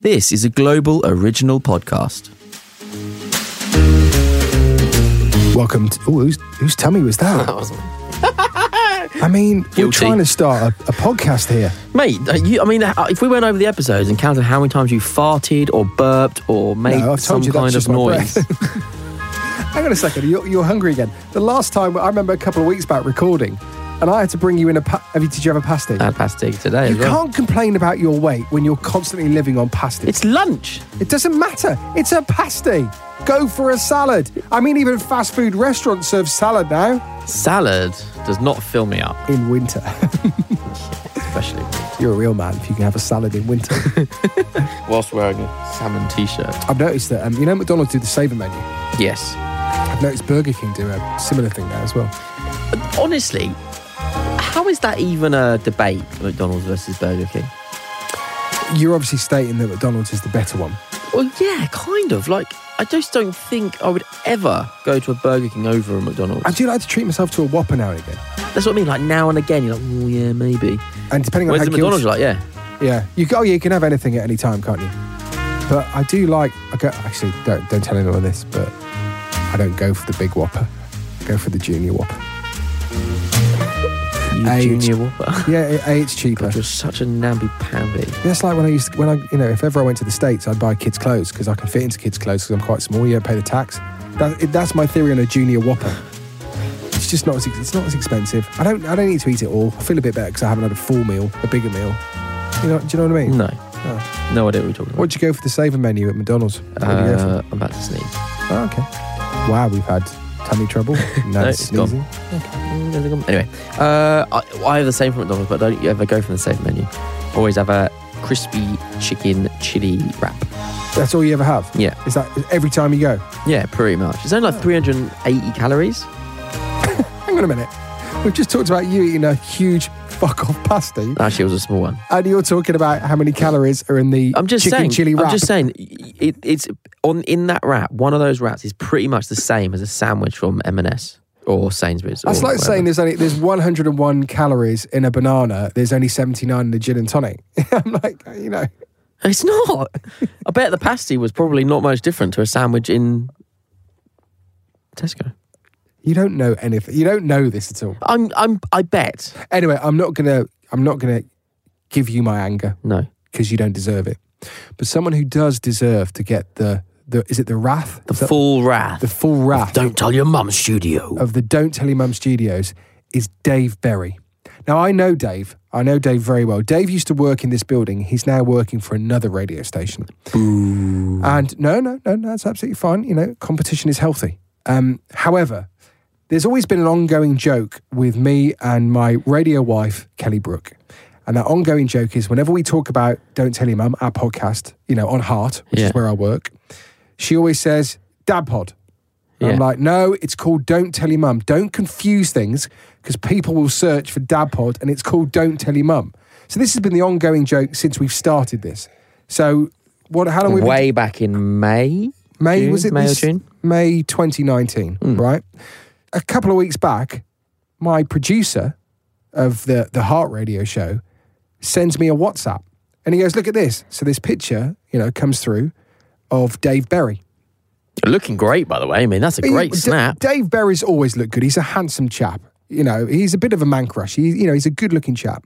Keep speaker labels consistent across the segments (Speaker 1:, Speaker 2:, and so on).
Speaker 1: This is a global original podcast.
Speaker 2: Welcome to. Oh, whose whose tummy was that? I mean, we're
Speaker 1: Guilty.
Speaker 2: trying to start a, a podcast here.
Speaker 1: Mate, uh, you, I mean, uh, if we went over the episodes and counted how many times you farted or burped or made
Speaker 2: No, I've told
Speaker 1: some
Speaker 2: you that's
Speaker 1: kind
Speaker 2: just
Speaker 1: of
Speaker 2: my
Speaker 1: noise.
Speaker 2: Hang on a second. You're, you're hungry again. The last time, I remember a couple of weeks back recording, and I had to bring you in a. Pa- have you, did you have a pasty?
Speaker 1: I had pastig today
Speaker 2: you
Speaker 1: as well.
Speaker 2: can't complain about your weight when you're constantly living on pasty.
Speaker 1: It's lunch.
Speaker 2: It doesn't matter. It's a pasty. Go for a salad. I mean, even fast food restaurants serve salad now
Speaker 1: Salad does not fill me up,
Speaker 2: in winter.
Speaker 1: especially
Speaker 2: you're a real man if you can have a salad in winter.
Speaker 1: whilst wearing a salmon t-shirt.
Speaker 2: I've noticed that, um, you know, McDonald's do the saver menu.
Speaker 1: Yes.
Speaker 2: I've noticed Burger King do a similar thing now as well.
Speaker 1: Honestly, how is that even a debate, McDonald's versus Burger King?
Speaker 2: You're obviously stating that McDonald's is the better one.
Speaker 1: Well, yeah, kind of. Like, I just don't think I would ever go to a Burger King over a McDonald's.
Speaker 2: I do like to treat myself to a Whopper now and again.
Speaker 1: That's what I mean. Like now and again, you're like, oh yeah, maybe.
Speaker 2: And depending on
Speaker 1: Whereas
Speaker 2: how
Speaker 1: the
Speaker 2: guilty-
Speaker 1: McDonald's, like, yeah,
Speaker 2: yeah, you go. Oh, yeah, you can have anything at any time, can't you? But I do like. I go. Actually, don't don't tell anyone this, but I don't go for the big Whopper. I go for the Junior Whopper.
Speaker 1: you
Speaker 2: Age.
Speaker 1: junior whopper.
Speaker 2: Yeah, a, a it's cheaper.
Speaker 1: God, you're such a namby pamby.
Speaker 2: That's like when I used to, when I you know if ever I went to the states, I'd buy kids' clothes because I can fit into kids' clothes because I'm quite small. You don't pay the tax. That, it- that's my theory on a junior whopper. It's just not as ex- it's not as expensive. I don't I don't need to eat it all. I feel a bit better because I haven't had a full meal, a bigger meal. You know, do you know what I mean?
Speaker 1: No, no idea what we're talking about.
Speaker 2: Oh. What'd you go for the saver menu at McDonald's? What did you go for?
Speaker 1: uh, I'm about to sneeze.
Speaker 2: Oh, okay. Wow, we've had tummy trouble. No,
Speaker 1: No, it's gone.
Speaker 2: sneezing.
Speaker 1: Mm, there's a gum- Anyway, uh, I, I have the same from McDonald's, but I don't ever go from the same menu. Always have a crispy chicken chili wrap.
Speaker 2: That's all you ever have.
Speaker 1: Yeah,
Speaker 2: Is that every time you go?
Speaker 1: yeah, pretty much. It's only like 380 calories.
Speaker 2: Hang on a minute. We've just talked about you eating a huge fuck off pasty.
Speaker 1: Actually, it was a small one.
Speaker 2: And you're talking about how many calories are in the
Speaker 1: I'm just
Speaker 2: chicken
Speaker 1: saying.
Speaker 2: chili wrap.
Speaker 1: I'm just saying. It, it's on in that wrap. One of those wraps is pretty much the same as a sandwich from M&S or Sainsbury's.
Speaker 2: That's
Speaker 1: or
Speaker 2: like
Speaker 1: Oh, whatever.
Speaker 2: saying there's only there's 101 calories in a banana. There's only 79 in a gin and tonic. I'm like, you know,
Speaker 1: it's not. I bet the pasty was probably not much different to a sandwich in Tesco.
Speaker 2: you don't know anything. You don't know this at all.
Speaker 1: I'm. I'm. I bet.
Speaker 2: Anyway, I'm not gonna I'm not gonna give you my anger
Speaker 1: No.
Speaker 2: because you don't deserve it. But someone who does deserve to get the the is it the wrath
Speaker 1: The full wrath.
Speaker 2: the full wrath
Speaker 1: Don't tell your mum studio.
Speaker 2: of the Don't Tell Your Mum Studios is Dave Berry. Now, I know Dave. I know Dave very well. Dave used to work in this building. He's now working for another radio station. And no, no, no, no, that's absolutely fine. You know, competition is healthy. Um, however, there's always been an ongoing joke with me and my radio wife, Kelly Brook. And that ongoing joke is whenever we talk about Don't Tell Your Mum, our podcast, you know, on Heart, which
Speaker 1: Yeah.
Speaker 2: is where I work, she always says, Dad Pod. And I'm
Speaker 1: Yeah.
Speaker 2: like, no, it's called Don't Tell Your Mum. Don't confuse things because people will search for Dad Pod and it's called Don't Tell Your Mum. So this has been the ongoing joke since we've started this. So what? How long we've been
Speaker 1: Way back in May.
Speaker 2: May
Speaker 1: June?
Speaker 2: was it
Speaker 1: May or
Speaker 2: this-
Speaker 1: June? Hmm.
Speaker 2: May 2019, right? A couple of weeks back, my producer of the the Heart Radio show sends me a WhatsApp, and he goes, "Look at this." So this picture, you know, comes through of Dave Berry.
Speaker 1: Looking great, by the way. I mean, that's a
Speaker 2: He-
Speaker 1: great
Speaker 2: D-
Speaker 1: snap.
Speaker 2: Dave Berry's always looked good. He's a handsome chap. You know, he's a bit of a man crush. He, you know, he's a good looking chap.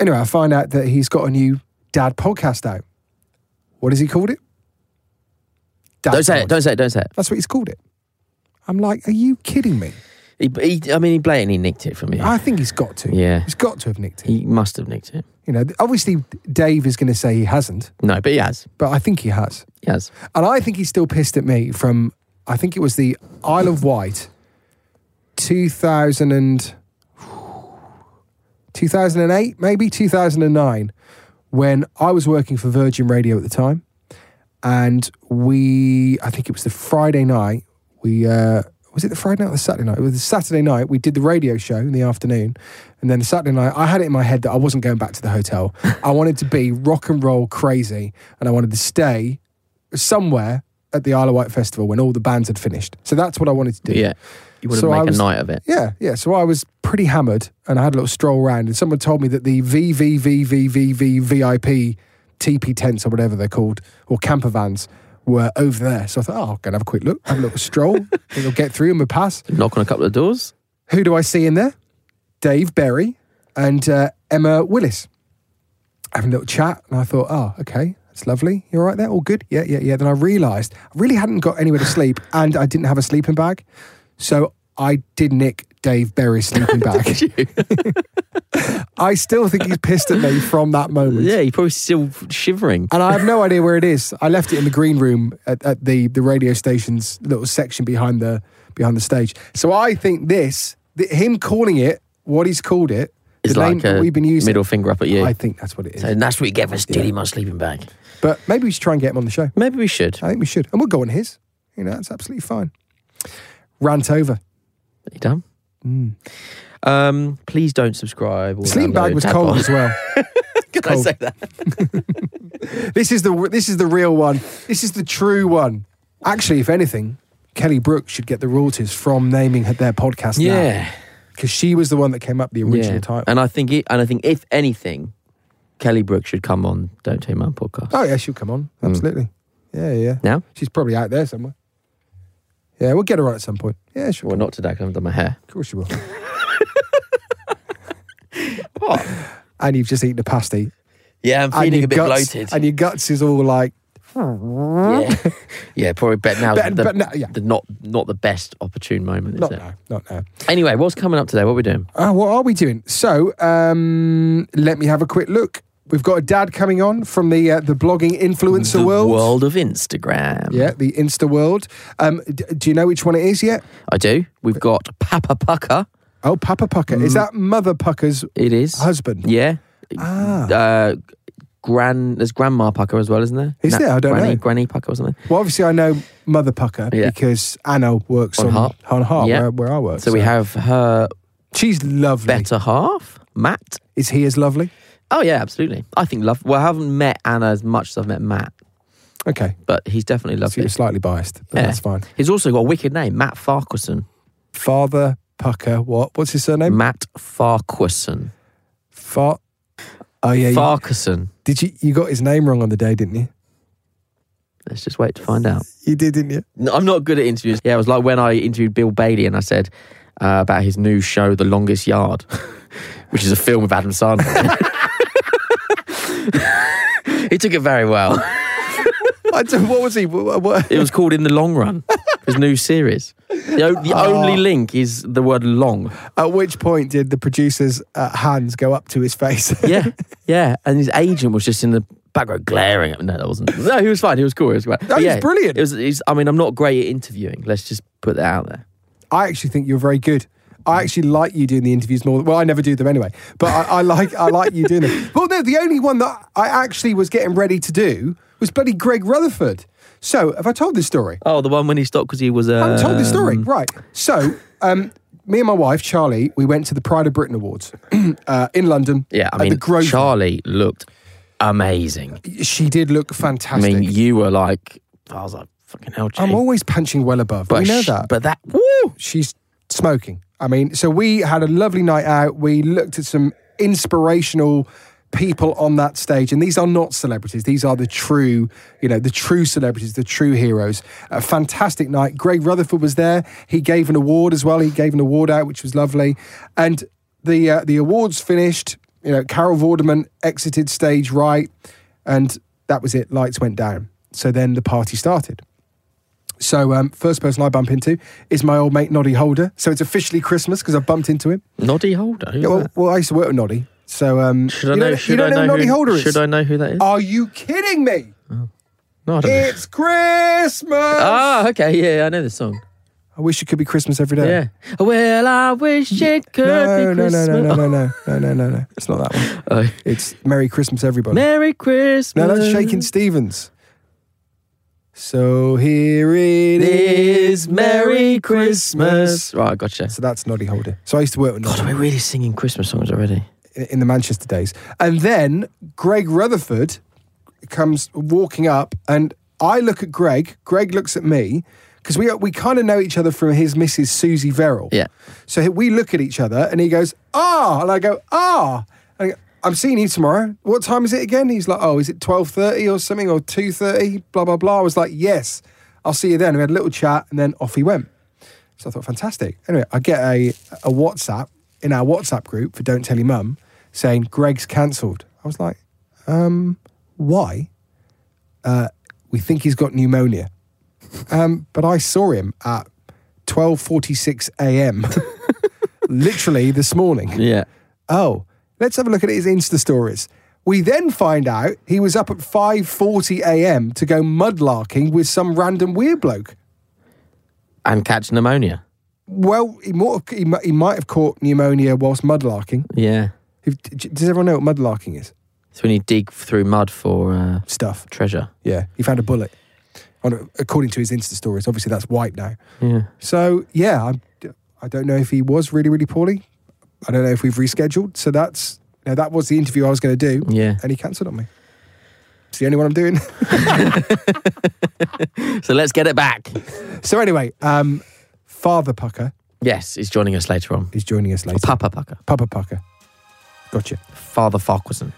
Speaker 2: Anyway, I find out that he's got a new dad podcast out. What has he called it? Dad
Speaker 1: Don't say it.
Speaker 2: bod.
Speaker 1: Don't say it. Don't say it.
Speaker 2: That's what he's called it. I'm like, are you kidding me?
Speaker 1: He, he, I mean, he blatantly nicked it from you.
Speaker 2: I think he's got to.
Speaker 1: Yeah.
Speaker 2: He's got to have nicked it.
Speaker 1: He must have nicked it.
Speaker 2: You know, obviously Dave is going to say he hasn't,
Speaker 1: No, but he has.
Speaker 2: but I think he has.
Speaker 1: He has.
Speaker 2: And I think he's still pissed at me from, I think it was the Isle of Wight, 2000 and, 2008, maybe 2009, when I was working for Virgin Radio at the time. And we, I think it was the Friday night, we, uh, was it the Friday night or the Saturday night? It was the Saturday night. We did the radio show in the afternoon. And then the Saturday night, I had it in my head that I wasn't going back to the hotel. I wanted to be rock and roll crazy. And I wanted to stay somewhere at the Isle of Wight Festival when all the bands had finished. So that's what I wanted to do.
Speaker 1: Yeah. You want
Speaker 2: So
Speaker 1: to
Speaker 2: I
Speaker 1: make
Speaker 2: was-
Speaker 1: a night of it.
Speaker 2: Yeah, yeah. So I was pretty hammered and I had a little stroll around and someone told me that the VVVVVV VIP teepee tents or whatever they're called or camper vans were over there. So I thought, oh, I'll go and have a quick look, have a little stroll. It'll get through and we'll pass.
Speaker 1: Knock on a couple of doors.
Speaker 2: Who do I see in there? Dave Berry and uh, Emma Willis. Having a little chat, and I thought, oh, okay, that's lovely. You're right there, all good. Yeah, yeah, yeah. Then I realised I really hadn't got anywhere to sleep, and I didn't have a sleeping bag, so I did nick Dave Berry's sleeping bag. I still think he's pissed at me from that moment.
Speaker 1: Yeah, you're probably still shivering.
Speaker 2: And I have no idea where it is. I left it in the green room at, at the, the radio station's little section behind the behind the stage. So I think this, th- him calling it what he's called it,
Speaker 1: It's
Speaker 2: the name
Speaker 1: like
Speaker 2: that
Speaker 1: a
Speaker 2: we've been using.
Speaker 1: middle finger up at you.
Speaker 2: I think that's what it is.
Speaker 1: and that's what you get for stealing my sleeping bag.
Speaker 2: But maybe we should try and get him on the show.
Speaker 1: Maybe we should.
Speaker 2: I think we should, and we'll go on his. You know, that's absolutely fine. Rant over. Mm.
Speaker 1: you done? Um, please don't subscribe. Or
Speaker 2: Sleeping bag
Speaker 1: download
Speaker 2: was
Speaker 1: Dad
Speaker 2: cold
Speaker 1: Bod.
Speaker 2: as well.
Speaker 1: Can I
Speaker 2: cold.
Speaker 1: say that?
Speaker 2: This is the this is the real one. This is the true one. Actually, if anything, Kelly Brook should get the royalties from naming her- their podcast. now.
Speaker 1: Yeah.
Speaker 2: because she was the one that came up with the original title.
Speaker 1: And I think it, and I think if anything, Kelly Brook should come on Don't Take Man podcast.
Speaker 2: oh yeah, she'll come on.
Speaker 1: Mm.
Speaker 2: Absolutely. Yeah, yeah.
Speaker 1: Now?
Speaker 2: she's probably out there somewhere. Yeah, we'll get her on at some point. Yeah, sure.
Speaker 1: Well, not today 'cause I haven't done my hair.
Speaker 2: Of course you will.
Speaker 1: What?
Speaker 2: and you've just eaten a pasty.
Speaker 1: Yeah, I'm
Speaker 2: and
Speaker 1: feeling
Speaker 2: your
Speaker 1: a bit
Speaker 2: guts,
Speaker 1: bloated.
Speaker 2: And your guts is all like,
Speaker 1: yeah. yeah, probably bet now.
Speaker 2: Bet-
Speaker 1: the,
Speaker 2: bet now, yeah.
Speaker 1: the not not the best opportune moment, is
Speaker 2: not
Speaker 1: it?
Speaker 2: now, not now.
Speaker 1: Anyway, what's coming up today? What are we doing?
Speaker 2: Uh, what are we doing? So, um, let me have a quick look. We've got a dad coming on from the uh, the blogging influencer
Speaker 1: the
Speaker 2: world.
Speaker 1: of Instagram.
Speaker 2: Yeah, the Insta world. Um, d- do you know which one it is yet?
Speaker 1: I do. We've got Papa Pucker.
Speaker 2: Oh, Papa Pucker. Is that Mother Pucker's
Speaker 1: It is
Speaker 2: husband?
Speaker 1: Mm. Yeah.
Speaker 2: Ah.
Speaker 1: Uh, gran. There's Grandma Pucker as well, isn't there?
Speaker 2: Is there? I don't
Speaker 1: granny,
Speaker 2: know.
Speaker 1: Granny Pucker or something.
Speaker 2: Well, obviously, I know Mother Pucker
Speaker 1: Yeah.
Speaker 2: because Anna works
Speaker 1: On
Speaker 2: on,
Speaker 1: Heart.
Speaker 2: on Heart,
Speaker 1: Yeah.
Speaker 2: where, where I work.
Speaker 1: So we have her
Speaker 2: She's lovely.
Speaker 1: better half, Matt.
Speaker 2: Is he as lovely?
Speaker 1: Oh yeah, absolutely. I think love. Well, I haven't met Anna as much as I've met Matt,
Speaker 2: Okay.
Speaker 1: but he's definitely
Speaker 2: So
Speaker 1: lovely.
Speaker 2: you're slightly biased, but
Speaker 1: Yeah.
Speaker 2: that's fine.
Speaker 1: He's also got a wicked name, Matt Farquharson.
Speaker 2: Father Pucker, what? What's his surname?
Speaker 1: Matt Farquharson.
Speaker 2: Far. Oh, yeah. you-
Speaker 1: Farquharson.
Speaker 2: did you, you got his name wrong on the day, didn't you?
Speaker 1: Let's just wait to find out.
Speaker 2: You did, didn't you?
Speaker 1: No, I'm not good at interviews. Yeah, it was like when I interviewed Bill Bailey and I said uh, about his new show, The Longest Yard, which is a film with Adam Sandler. he took it very well.
Speaker 2: I don't, what was he? What, what-
Speaker 1: It was called In the Long Run, his new series. The, o- the
Speaker 2: Oh.
Speaker 1: only link is the word long.
Speaker 2: at which point did the producer's uh, hands go up to his face?
Speaker 1: Yeah, yeah. And his agent was just in the background glaring at me. No, that wasn't. No, he was fine. He was cool. He was great. But
Speaker 2: he's
Speaker 1: yeah,
Speaker 2: brilliant.
Speaker 1: It was, it's, I mean, I'm not great at interviewing. Let's just put that out there.
Speaker 2: I actually think you're very good. I actually like you doing the interviews more. Well, I never do them anyway, but I, I like I like you doing them. Well, no, the only one that I actually was getting ready to do was bloody Greg Rutherford. So, have I told this story?
Speaker 1: Oh, the one when he stopped because he was. Um,
Speaker 2: I haven't told this story, right? So, um, me and my wife Charlie, we went to the Pride of Britain Awards uh, in London.
Speaker 1: Yeah, I
Speaker 2: at the
Speaker 1: mean,
Speaker 2: Grove.
Speaker 1: Charlie looked amazing.
Speaker 2: she did look
Speaker 1: I
Speaker 2: fantastic.
Speaker 1: mean, you were like, I was like, fucking hell, Jay.
Speaker 2: I'm always punching well above.
Speaker 1: but
Speaker 2: we know
Speaker 1: sh-
Speaker 2: that.
Speaker 1: But that, woo!
Speaker 2: she's smoking. I mean, so we had a lovely night out. We looked at some inspirational people on that stage, and these are not celebrities. These are the true, you know, the true celebrities, the true heroes. A fantastic night. Greg Rutherford was there. He gave an award as well. He gave an award out, which was lovely. And the uh, the awards finished. You know, Carol Vorderman exited stage right, and That was it. Lights went down. So then the party started. So um, first person I bump into is my old mate Noddy Holder. So it's officially Christmas because I bumped into him.
Speaker 1: Noddy Holder. Who's
Speaker 2: Yeah, well,
Speaker 1: that?
Speaker 2: well, I used to work with Noddy. So um,
Speaker 1: Should I
Speaker 2: you
Speaker 1: know?
Speaker 2: don't-
Speaker 1: should
Speaker 2: you don't
Speaker 1: I
Speaker 2: know,
Speaker 1: know
Speaker 2: who Noddy
Speaker 1: who,
Speaker 2: Holder is?
Speaker 1: Should I know who that is?
Speaker 2: Are you kidding me?
Speaker 1: no, I don't know.
Speaker 2: It's Christmas.
Speaker 1: Ah, okay, yeah, I know the song.
Speaker 2: I wish it could be Christmas every day.
Speaker 1: Yeah. Well, I wish it could
Speaker 2: No,
Speaker 1: be
Speaker 2: no, no,
Speaker 1: Christmas.
Speaker 2: no, no, no, no, no, no, no, no. It's not that one.
Speaker 1: Oh.
Speaker 2: It's Merry Christmas, everybody.
Speaker 1: Merry Christmas.
Speaker 2: no, that's Shaking Stevens. So here it is, Merry Christmas.
Speaker 1: Right, I gotcha.
Speaker 2: So that's Noddy Holder. So I used to work with Noddy.
Speaker 1: God, we're really singing Christmas songs already.
Speaker 2: in- in the Manchester days. And then Greg Rutherford comes walking up, and I look at Greg. Greg looks at me because we we kind of know each other from his Mrs. Susie Verrill.
Speaker 1: Yeah.
Speaker 2: So he- we look at each other, and he goes ah, and I go ah. And I go, I'm seeing you tomorrow. What time is it again? He's like, oh, is it twelve thirty or something or two thirty? Blah blah blah. I was like, yes, I'll see you then. We had a little chat, and then off he went. So I thought, fantastic. Anyway, I get a, a WhatsApp in our WhatsApp group for Don't Tell Your Mum saying Greg's cancelled. I was like, um, why? Uh, we think he's got pneumonia. Um, but I saw him at 12.46 a.m. literally this morning.
Speaker 1: Yeah.
Speaker 2: Oh, let's have a look at his Insta stories. We then find out he was up at 5.40 a.m. to go mudlarking with some random weird bloke.
Speaker 1: And catch pneumonia.
Speaker 2: Well, he, more, he, mi- he might have caught pneumonia whilst mudlarking.
Speaker 1: Yeah.
Speaker 2: If- d- Does everyone know what mudlarking is?
Speaker 1: It's when you dig through mud for uh,
Speaker 2: Stuff.
Speaker 1: treasure.
Speaker 2: Yeah, he found a bullet. On, according to his Insta stories, obviously that's wiped now.
Speaker 1: Yeah.
Speaker 2: So yeah, I'm, I don't know if he was really really poorly. I don't know if we've rescheduled. So that's now that was the interview I was going to do.
Speaker 1: Yeah.
Speaker 2: and he cancelled on me. It's the only one I'm doing.
Speaker 1: So let's get it back.
Speaker 2: so anyway, um, Father Pucker
Speaker 1: Yes, he's joining us later on.
Speaker 2: is joining us later.
Speaker 1: Papa Pucker.
Speaker 2: Papa Pucker, gotcha.
Speaker 1: Father Farquharson.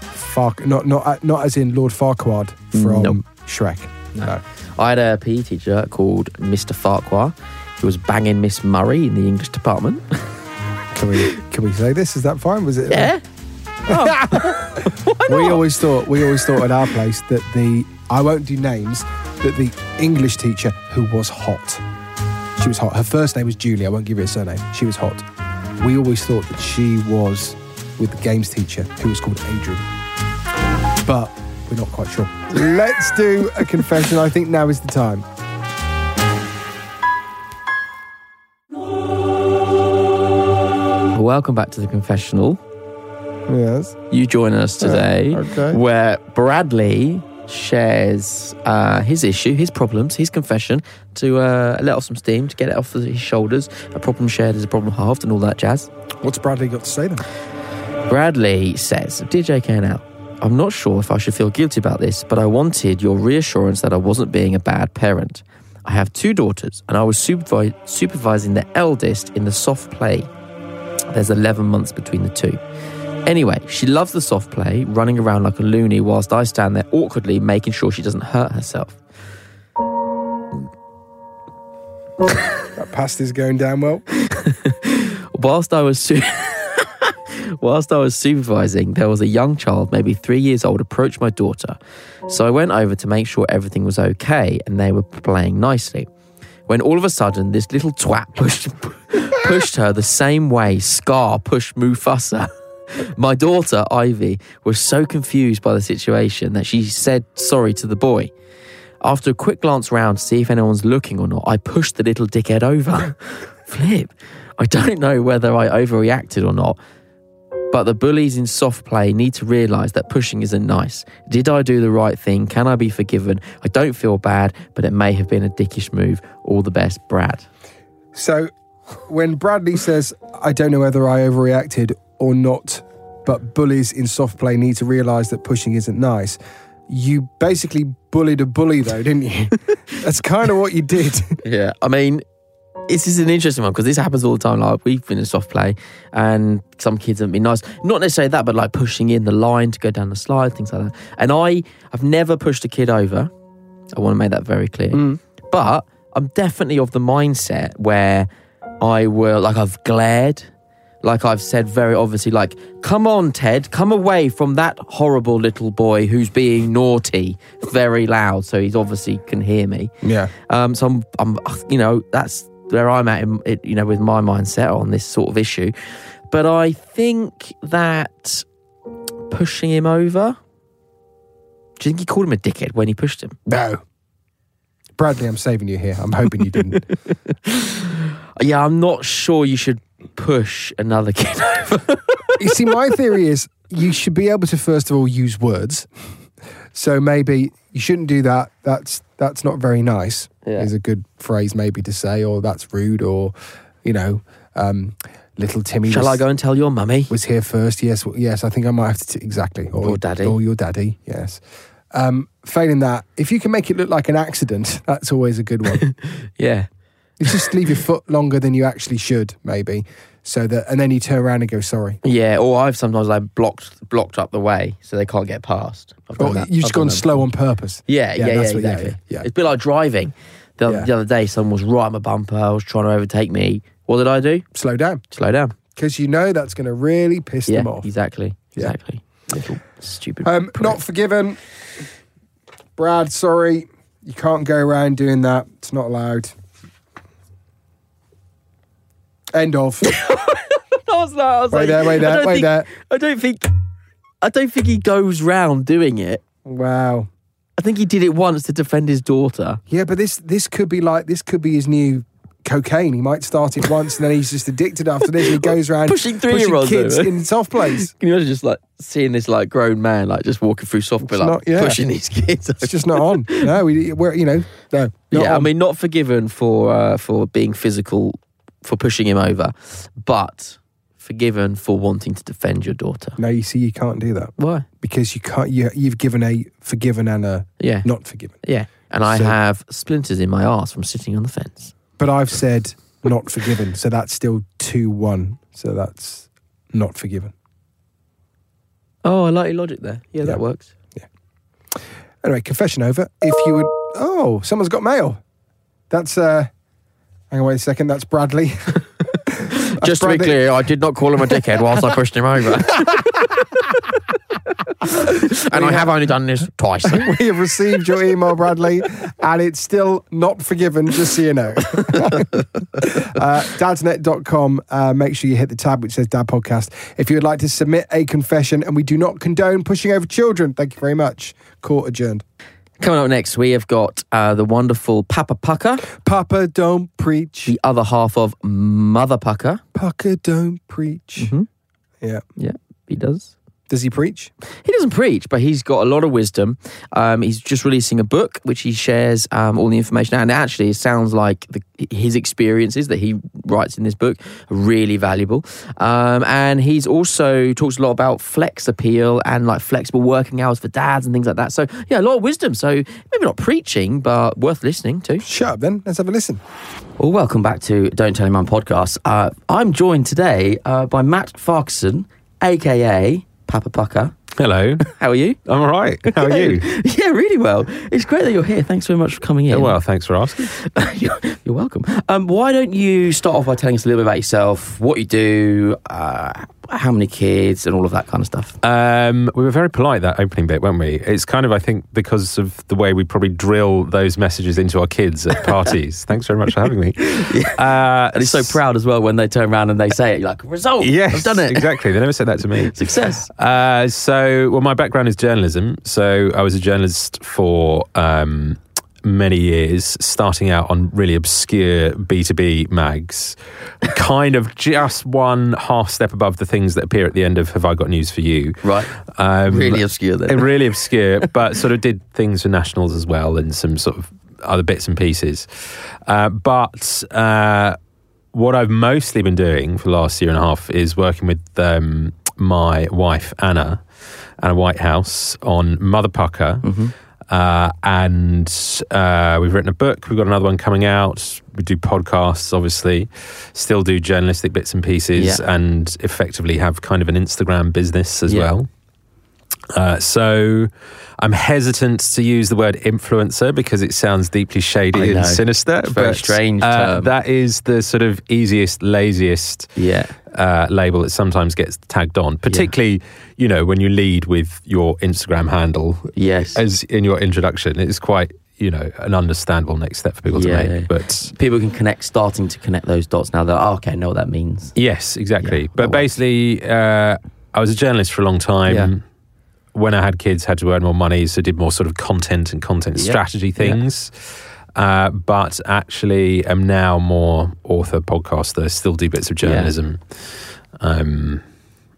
Speaker 2: Fark, not not uh, not as in Lord Farquaad from
Speaker 1: Mm, Nope.
Speaker 2: Shrek. no.
Speaker 1: I had a PE teacher called Mr. Farquhar who was banging Miss Murray in the English department.
Speaker 2: Can we can we say this? Is that fine? Was it? uh,
Speaker 1: Yeah. Oh.
Speaker 2: We always thought we always thought at our place that the I won't do names that the English teacher who was hot. She was hot. Her first name was Julie. I won't give you her surname. She was hot. We always thought that she was with the games teacher who was called Adrian. But we're not quite sure. Let's do a confession. I think now is the time.
Speaker 1: Welcome back to the confessional.
Speaker 2: Yes.
Speaker 1: You join us today
Speaker 2: okay.
Speaker 1: where Bradley shares uh, his issue, his problems, his confession to uh, let off some steam, to get it off his shoulders. A problem shared is a problem halved and all that jazz.
Speaker 2: What's Bradley got to say then?
Speaker 1: Bradley says, Dear JK now, I'm not sure if I should feel guilty about this, but I wanted your reassurance that I wasn't being a bad parent. I have two daughters, and I was supervi- supervising the eldest in the soft play. There's 11 months between the two. Anyway, she loves the soft play, running around like a loony whilst I stand there awkwardly making sure she doesn't hurt herself.
Speaker 2: That pasta's going down well.
Speaker 1: whilst I was su- whilst I was supervising, there was a young child, maybe three years old, approach my daughter. So I went over to make sure everything was okay and they were playing nicely. When all of a sudden, this little twat pushed pushed her the same way Scar pushed Mufasa. My daughter, Ivy, was so confused by the situation that she said sorry to the boy. After a quick glance round to see if anyone's looking or not, I pushed the little dickhead over. Flip. I don't know whether I overreacted or not, but the bullies in soft play need to realise that pushing isn't nice. Did I do the right thing? Can I be forgiven? I don't feel bad, but it may have been a dickish move. All the best, Brad.
Speaker 2: So when Bradley says, I don't know whether I overreacted or not, but bullies in soft play need to realise that pushing isn't nice. You basically bullied a bully, though, didn't you? That's kind of what you did.
Speaker 1: Yeah, I mean, this is an interesting one because this happens all the time. Like we've been in soft play, and some kids haven't been nice. Not necessarily that, but like pushing in the line to go down the slide, things like that. And I, I've never pushed a kid over. I want to make that very clear. But I'm definitely of the mindset where I will, like, I've glared, like I've said very obviously, like, come on, Ted, come away from that horrible little boy who's being naughty very loud. So he's obviously can hear me.
Speaker 2: Yeah.
Speaker 1: Um, so I'm, I'm, you know, that's where I'm at, in, it, you know, with my mindset on this sort of issue. But I think that pushing him over. Do you think he called him a dickhead when he pushed him?
Speaker 2: No. Bradley, I'm saving you here. I'm hoping you didn't.
Speaker 1: Yeah, I'm not sure you should push another kid over.
Speaker 2: you see, my theory is you should be able to first of all use words. So maybe you shouldn't do that. That's that's not very nice.
Speaker 1: Yeah.
Speaker 2: Is a good phrase maybe to say, or that's rude, or you know, um, little Timmy.
Speaker 1: Shall
Speaker 2: was,
Speaker 1: I go and tell your mummy?
Speaker 2: was here first. Yes, well, yes. I think I might have to t- exactly or
Speaker 1: Your daddy.
Speaker 2: or your daddy. Yes. Um, failing that, if you can make it look like an accident, that's always a good one.
Speaker 1: Yeah.
Speaker 2: you just leave your foot longer than you actually should, maybe, so that and then you turn around and go sorry.
Speaker 1: Yeah, or I've sometimes like blocked blocked up the way so they can't get past. I've done
Speaker 2: Or
Speaker 1: that.
Speaker 2: you've
Speaker 1: I've
Speaker 2: just
Speaker 1: done
Speaker 2: gone
Speaker 1: that.
Speaker 2: slow on purpose.
Speaker 1: Yeah, yeah, yeah,
Speaker 2: that's what-
Speaker 1: exactly.
Speaker 2: Yeah, yeah.
Speaker 1: It's a bit like driving. The,
Speaker 2: Yeah.
Speaker 1: the other day, someone was right on my bumper. I was trying to overtake me. What did I do?
Speaker 2: Slow down
Speaker 1: Slow down.
Speaker 2: because you know that's going to really piss
Speaker 1: yeah,
Speaker 2: them off.
Speaker 1: exactly,
Speaker 2: Yeah.
Speaker 1: exactly. Little stupid.
Speaker 2: Um,
Speaker 1: prick.
Speaker 2: not forgiven, Brad. Sorry, you can't go around doing that. It's not allowed. End of.
Speaker 1: I was like, I was
Speaker 2: Wait
Speaker 1: like,
Speaker 2: there, wait there,
Speaker 1: I don't
Speaker 2: wait
Speaker 1: think,
Speaker 2: there.
Speaker 1: I don't think, I don't think he goes round doing it.
Speaker 2: wow.
Speaker 1: I think he did it once to defend his daughter.
Speaker 2: Yeah, but this this could be like this could be his new cocaine. He might start it once and then he's just addicted after this. And he goes around
Speaker 1: Pushing three-year-olds
Speaker 2: kids
Speaker 1: over.
Speaker 2: in soft plays.
Speaker 1: Can you imagine just like seeing this like grown man like just walking through soft, like
Speaker 2: not- yeah.
Speaker 1: pushing these kids? over?
Speaker 2: It's just not on. No, we, we're you know no. not
Speaker 1: yeah, I
Speaker 2: on.
Speaker 1: mean, not forgiven for uh, for being physical, for pushing him over, but forgiven for wanting to defend your daughter.
Speaker 2: no. You see, you can't do that
Speaker 1: Why?
Speaker 2: because you can't. You you've given a forgiven and a
Speaker 1: Yeah,
Speaker 2: not forgiven.
Speaker 1: yeah. And I
Speaker 2: So-
Speaker 1: have splinters in my arse from sitting on the fence.
Speaker 2: But I've said not forgiven, so that's still two one. So that's not forgiven.
Speaker 1: Oh, I like your logic there. Yeah,
Speaker 2: Yeah.
Speaker 1: that works.
Speaker 2: Anyway, confession over. If you would, oh, someone's got mail. That's uh, hang on, wait a second. That's Bradley.
Speaker 1: Just to be
Speaker 2: Bradley.
Speaker 1: clear, I did not call him a dickhead whilst I pushed him over. and I have only done this twice.
Speaker 2: we have received your email, Bradley, and it's still not forgiven, just so you know. uh, dadsnet.com. Uh, make sure you hit the tab which says Dad Podcast. If you would like to submit a confession, and we do not condone pushing over children, thank you very much. Court adjourned.
Speaker 1: Coming up next, we have got uh, the wonderful Papa Pucker,
Speaker 2: Papa, don't preach.
Speaker 1: the other half of Mother Pucker.
Speaker 2: Pucker, don't preach.
Speaker 1: Mm-hmm.
Speaker 2: Yeah.
Speaker 1: Yeah, he does.
Speaker 2: Does he preach?
Speaker 1: He doesn't preach, but he's got a lot of wisdom. Um, he's just releasing a book which he shares um, all the information. And actually, it sounds like the, his experiences that he writes in this book are really valuable. Um, and he's also talks a lot about flex appeal and like flexible working hours for dads and things like that. So, yeah, a lot of wisdom. So, maybe not preaching, but worth listening to.
Speaker 2: Shut up then. Let's have a listen.
Speaker 3: Well, welcome back to Don't Tell Your Mum podcast. Uh, I'm joined today uh, by Matt Farquharson, aka Papa Pucker.
Speaker 4: Hello.
Speaker 1: How are you?
Speaker 4: I'm all right. How are you?
Speaker 3: yeah, really well. It's great that you're here. Thanks very much for coming in.
Speaker 4: Well, thanks for asking.
Speaker 3: you're, you're welcome. Um, why don't you start off by telling us a little bit about yourself, what you do, uh, how many kids, and all of that kind of stuff?
Speaker 4: Um, we were very polite that opening bit, weren't we? It's kind of, I think, because of the way we probably drill those messages into our kids at parties. thanks very much for having me. Uh,
Speaker 3: And it's so proud as well when they turn around and they say it. You're like, result.
Speaker 4: Yes,
Speaker 3: I've done it.
Speaker 4: exactly. They never said that to me.
Speaker 3: Success.
Speaker 4: Uh, so, well, my background is journalism. So, I was a journalist for um, many years, starting out on really obscure B2B mags, kind of just one half step above the things that appear at the end of Have I Got News for You?
Speaker 3: Right.
Speaker 4: Um,
Speaker 3: Really obscure then.
Speaker 4: uh, really obscure, but sort of did things for nationals as well and some sort of other bits and pieces. Uh, but uh, what I've mostly been doing for the last year and a half is working with um, my wife, Anna, Anna Whitehouse, on Mother Pucker.
Speaker 3: Mm-hmm.
Speaker 4: Uh, and uh, we've written a book. We've got another one coming out. We do podcasts, obviously. Still do journalistic bits and pieces,
Speaker 3: Yeah.
Speaker 4: and effectively have kind of an Instagram business as
Speaker 3: Yeah.
Speaker 4: well. Uh, so I'm hesitant to use the word influencer because it sounds deeply shady
Speaker 1: I know.
Speaker 4: and sinister. uh,
Speaker 1: It's a very strange term.
Speaker 4: That is the sort of easiest, laziest
Speaker 1: Yeah.
Speaker 4: uh, label that sometimes gets tagged on, particularly, you know, when you lead with your Instagram handle
Speaker 1: Yes.
Speaker 4: as in your introduction. It's quite, you know, an understandable next step for people
Speaker 1: Yeah,
Speaker 4: to make.
Speaker 1: yeah.
Speaker 4: But
Speaker 1: People can connect, starting to connect those dots now. They're like, oh, okay, I know what that means.
Speaker 4: Yes, exactly.
Speaker 1: Yeah, Oh, that
Speaker 4: but
Speaker 1: works.
Speaker 4: basically, uh, I was a journalist for a long time.
Speaker 1: Yeah.
Speaker 4: When I had kids, had to earn more money, so did more sort of content and content
Speaker 1: Yeah,
Speaker 4: strategy
Speaker 1: yeah.
Speaker 4: things. Uh, but actually, am now more author, podcaster. Still do bits of
Speaker 1: Yeah.
Speaker 4: journalism. Um,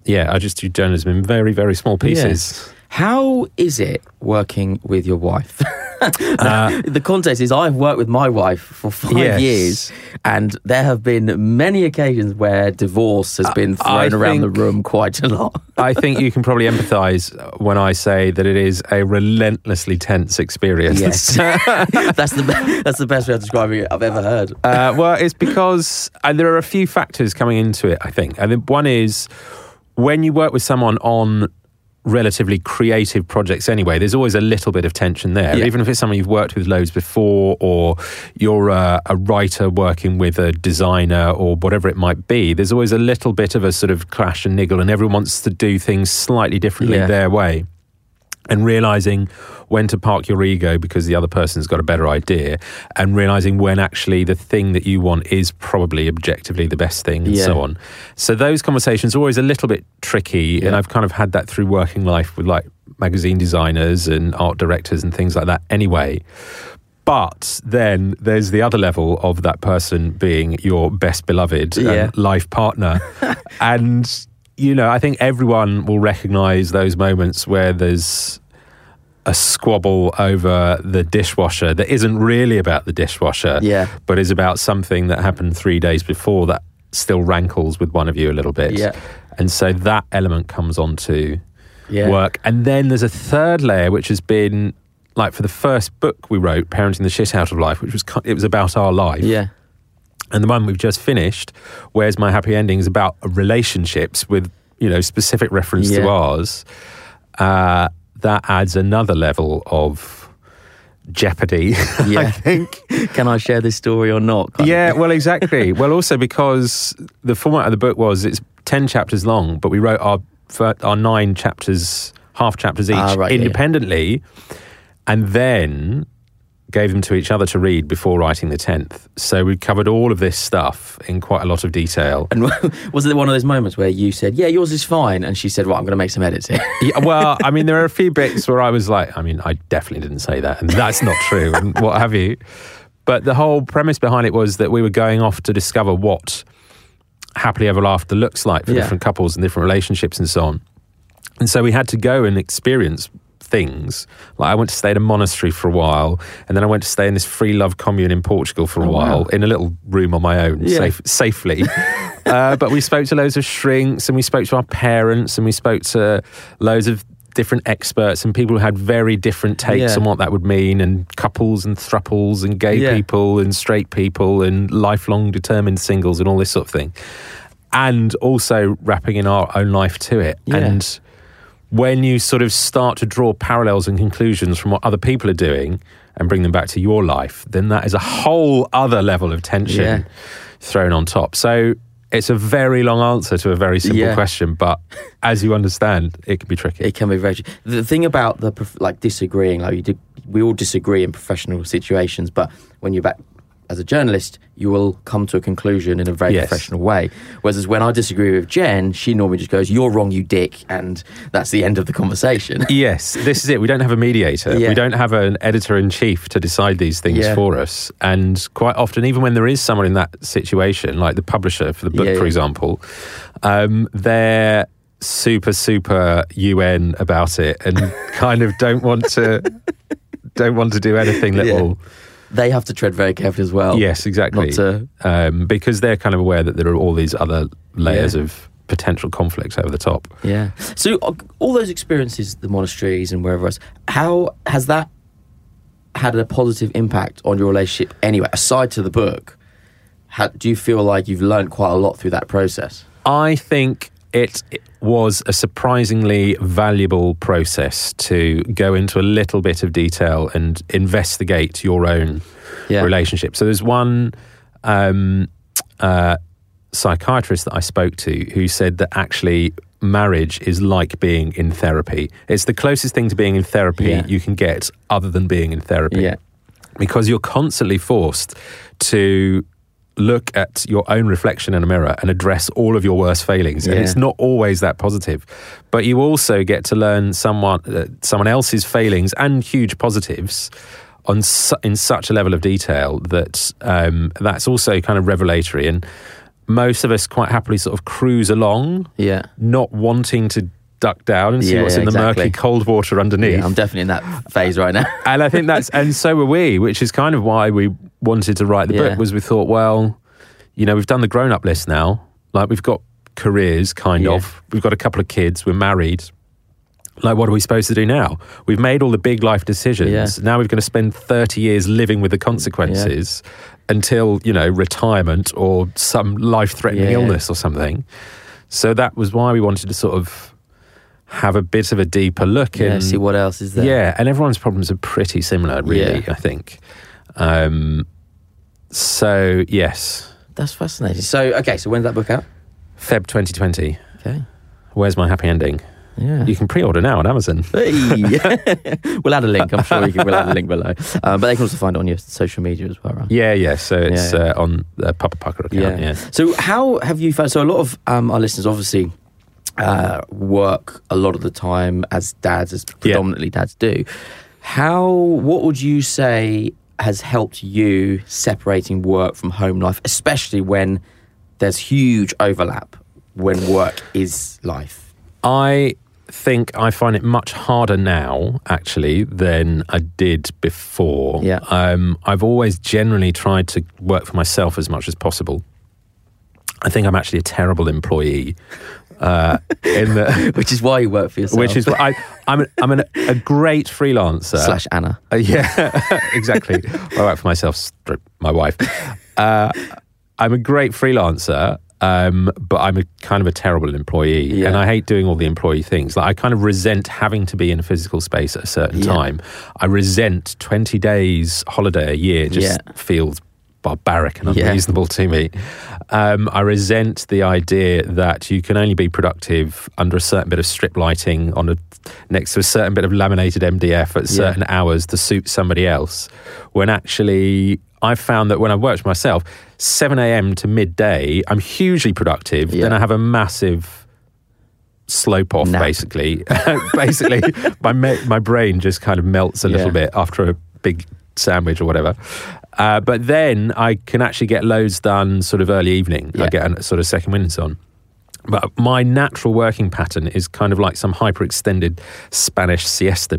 Speaker 4: yeah, I just do journalism in very, very small pieces.
Speaker 1: How is it working with your wife? No, the context is I've worked with my wife for five
Speaker 4: Uh, Yes.
Speaker 1: years, and there have been many occasions where divorce has been
Speaker 4: I
Speaker 1: thrown around the
Speaker 4: think-
Speaker 1: room quite a lot.
Speaker 4: I think you can probably empathise when I say that it is a relentlessly tense experience.
Speaker 1: Yes, that's the be- that's the best way of describing it I've ever heard.
Speaker 4: uh, well, it's because uh, there are a few factors coming into it, I think. I think one is when you work with someone on relatively creative projects anyway, there's always a little bit of tension there.
Speaker 1: Yeah.
Speaker 4: Even if it's someone you've worked with loads before, or you're a, a writer working with a designer, or whatever it might be, there's always a little bit of a sort of clash and niggle, and everyone wants to do things slightly differently
Speaker 1: Yeah.
Speaker 4: their way and realizing when to park your ego because the other person's got a better idea and realizing when actually the thing that you want is probably objectively the best thing and
Speaker 1: Yeah.
Speaker 4: so on so those conversations are always a little bit tricky and i've kind of had that through working life with like magazine designers and art directors and things like that anyway but then there's the other level of that person being your best beloved
Speaker 1: Yeah.
Speaker 4: and life partner. and, you know, I think everyone will recognize those moments where there's a squabble over the dishwasher that isn't really about the dishwasher,
Speaker 1: Yeah.
Speaker 4: but is about something that happened three days before that still rankles with one of you a little bit.
Speaker 1: Yeah.
Speaker 4: And so that element comes onto
Speaker 1: Yeah.
Speaker 4: work. And then there's a third layer, which has been like for the first book we wrote, Parenting the Shit Out of Life, which was ki- it was about our life.
Speaker 1: Yeah,
Speaker 4: And the one we've just finished, Where's My Happy Ending, is about relationships with, you know, specific reference
Speaker 1: Yeah.
Speaker 4: to ours. Uh, that adds another level of jeopardy, I
Speaker 1: Yeah.
Speaker 4: think.
Speaker 1: can I share this story or not? kind of
Speaker 4: Yeah, well, exactly. well, also because the format of the book was it's 10 chapters long, but we wrote our, fir- our nine chapters, half chapters each,
Speaker 1: Ah, right, yeah, yeah.
Speaker 4: independently, and then gave them to each other to read before writing the 10th. So we covered all of this stuff in quite a lot of detail.
Speaker 1: And was it one of those moments where you said, "Yeah, yours is fine," and she said, "Well, I'm going to make some edits here."
Speaker 4: Yeah, well, I mean, there are a few bits where I was like, I mean, I definitely didn't say that, and that's not true, and what have you. But the whole premise behind it was that we were going off to discover what happily ever after looks like for
Speaker 1: Yeah.
Speaker 4: different couples and different relationships and so on. And so we had to go and experience things. Like I went to stay at a monastery for a while, and then I went to stay in this free love commune in Portugal for a while, in a little room on my own,
Speaker 1: Oh, Yeah.
Speaker 4: safe, safely. uh, but we spoke to loads of shrinks, and we spoke to our parents, and we spoke to loads of different experts and people who had very different takes
Speaker 1: Yeah.
Speaker 4: on what that would mean, and couples and thruples and gay
Speaker 1: Yeah.
Speaker 4: people and straight people and lifelong determined singles and all this sort of thing. And also wrapping in our own life to it.
Speaker 1: Yeah.
Speaker 4: And when you sort of start to draw parallels and conclusions from what other people are doing and bring them back to your life, then that is a whole other level of tension
Speaker 1: Yeah.
Speaker 4: thrown on top. So it's a very long answer to a very simple
Speaker 1: Yeah.
Speaker 4: question, but as you understand, it can be tricky.
Speaker 1: It can be very. The thing about the prof- like disagreeing, like you do, we all disagree in professional situations, but when you're back as a journalist, you will come to a conclusion in a very
Speaker 4: Yes.
Speaker 1: professional way. Whereas when I disagree with Jen, she normally just goes, "You're wrong, you dick," and that's the end of the conversation.
Speaker 4: Yes, this is it. We don't have a mediator.
Speaker 1: Yeah.
Speaker 4: We don't have an editor in chief to decide these things
Speaker 1: Yeah.
Speaker 4: for us. And quite often, even when there is someone in that situation, like the publisher for the book,
Speaker 1: Yeah,
Speaker 4: for
Speaker 1: yeah.
Speaker 4: example, um, they're super, super UN about it and kind of don't want to don't want to do anything that
Speaker 1: Yeah.
Speaker 4: will.
Speaker 1: they have to tread very carefully as well.
Speaker 4: Yes, exactly.
Speaker 1: Not to-
Speaker 4: um, because they're kind of aware that there are all these other layers
Speaker 1: Yeah.
Speaker 4: of potential conflicts over the top.
Speaker 1: Yeah. So uh, all those experiences, the monasteries and wherever else, how has that had a positive impact on your relationship anyway? Aside to the book, how, do you feel like you've learned quite a lot through that process?
Speaker 4: I think it was a surprisingly valuable process to go into a little bit of detail and investigate your own
Speaker 3: Yeah.
Speaker 4: relationship. So there's one um, uh, psychiatrist that I spoke to who said that actually marriage is like being in therapy. It's the closest thing to being in therapy
Speaker 3: Yeah.
Speaker 4: you can get other than being in therapy
Speaker 3: Yeah.
Speaker 4: because you're constantly forced to look at your own reflection in a mirror and address all of your worst failings and
Speaker 3: Yeah.
Speaker 4: it's not always that positive but you also get to learn someone uh, someone else's failings and huge positives on su- in such a level of detail that um, that's also kind of revelatory and most of us quite happily sort of cruise along
Speaker 3: Yeah.
Speaker 4: not wanting to duck down and see
Speaker 3: Yeah,
Speaker 4: what's
Speaker 3: yeah,
Speaker 4: in the
Speaker 3: exactly.
Speaker 4: murky cold water underneath
Speaker 3: Yeah, I'm definitely in that phase right now.
Speaker 4: and I think that's and so were we, which is kind of why we wanted to write the
Speaker 3: Yeah.
Speaker 4: book. Was we thought, well, you know, we've done the grown up list now. Like we've got careers, kind
Speaker 3: Yeah.
Speaker 4: of. We've got a couple of kids. We're married. Like, what are we supposed to do now? We've made all the big life decisions.
Speaker 3: Yeah.
Speaker 4: Now we're going to spend 30 years living with the consequences until, you know, retirement or some life threatening
Speaker 3: Yeah.
Speaker 4: illness or something. So that was why we wanted to sort of have a bit of a deeper look
Speaker 3: yeah.
Speaker 4: in
Speaker 3: See what else is there.
Speaker 4: yeah, and everyone's problems are pretty similar, really,
Speaker 3: Yeah.
Speaker 4: I think. Um, so, yes,
Speaker 3: That's fascinating. So okay. So when's that book out?
Speaker 4: Feb 2020.
Speaker 3: Okay.
Speaker 4: Where's my happy ending?
Speaker 3: Yeah.
Speaker 4: You can pre order now on Amazon.
Speaker 3: Hey. we'll add a link. I'm sure we can, we'll add a link below. Um, but they can also find it on your social media as well, right?
Speaker 4: Yeah, yeah. So it's
Speaker 3: Yeah.
Speaker 4: Uh, on the Papa Pucker account. Yeah.
Speaker 3: So how have you found? So a lot of um, our listeners obviously uh, work a lot of the time as dads, as predominantly dads do. How? What would you say has helped you separating work from home life, especially when there's huge overlap when work is life?
Speaker 4: I think I find it much harder now, actually, than I did before.
Speaker 3: Yeah.
Speaker 4: Um, I've always generally tried to work for myself as much as possible. I think I'm actually a terrible employee. Uh, in the,
Speaker 3: Which is why you work for yourself.
Speaker 4: which is what I, I'm an, I'm an, a great freelancer.
Speaker 3: slash Anna.
Speaker 4: Uh, yeah, exactly. I work for myself, stroke my wife. Uh, I'm a great freelancer, um, but I'm a kind of a terrible employee,
Speaker 3: Yeah.
Speaker 4: and I hate doing all the employee things. Like I kind of resent having to be in a physical space at a certain
Speaker 3: Yeah.
Speaker 4: time. I resent 20 days holiday a year. Just
Speaker 3: Yeah.
Speaker 4: feels barbaric and
Speaker 3: Yeah.
Speaker 4: unreasonable to me. Um, I resent the idea that you can only be productive under a certain bit of strip lighting on a next to a certain bit of laminated MDF at certain hours to suit somebody else. When actually, I found that when I worked for myself, 7 a.m. to midday, I'm hugely productive.
Speaker 3: Yeah.
Speaker 4: Then I have a massive slope off
Speaker 3: Nap.
Speaker 4: basically basically my ma- my brain just kind of melts a little
Speaker 3: Yeah.
Speaker 4: bit after a big sandwich or whatever uh, but then i can actually get loads done sort of early evening i
Speaker 3: Yeah.
Speaker 4: get a sort of second wind and so on but my natural working pattern is kind of like some hyperextended Spanish siesta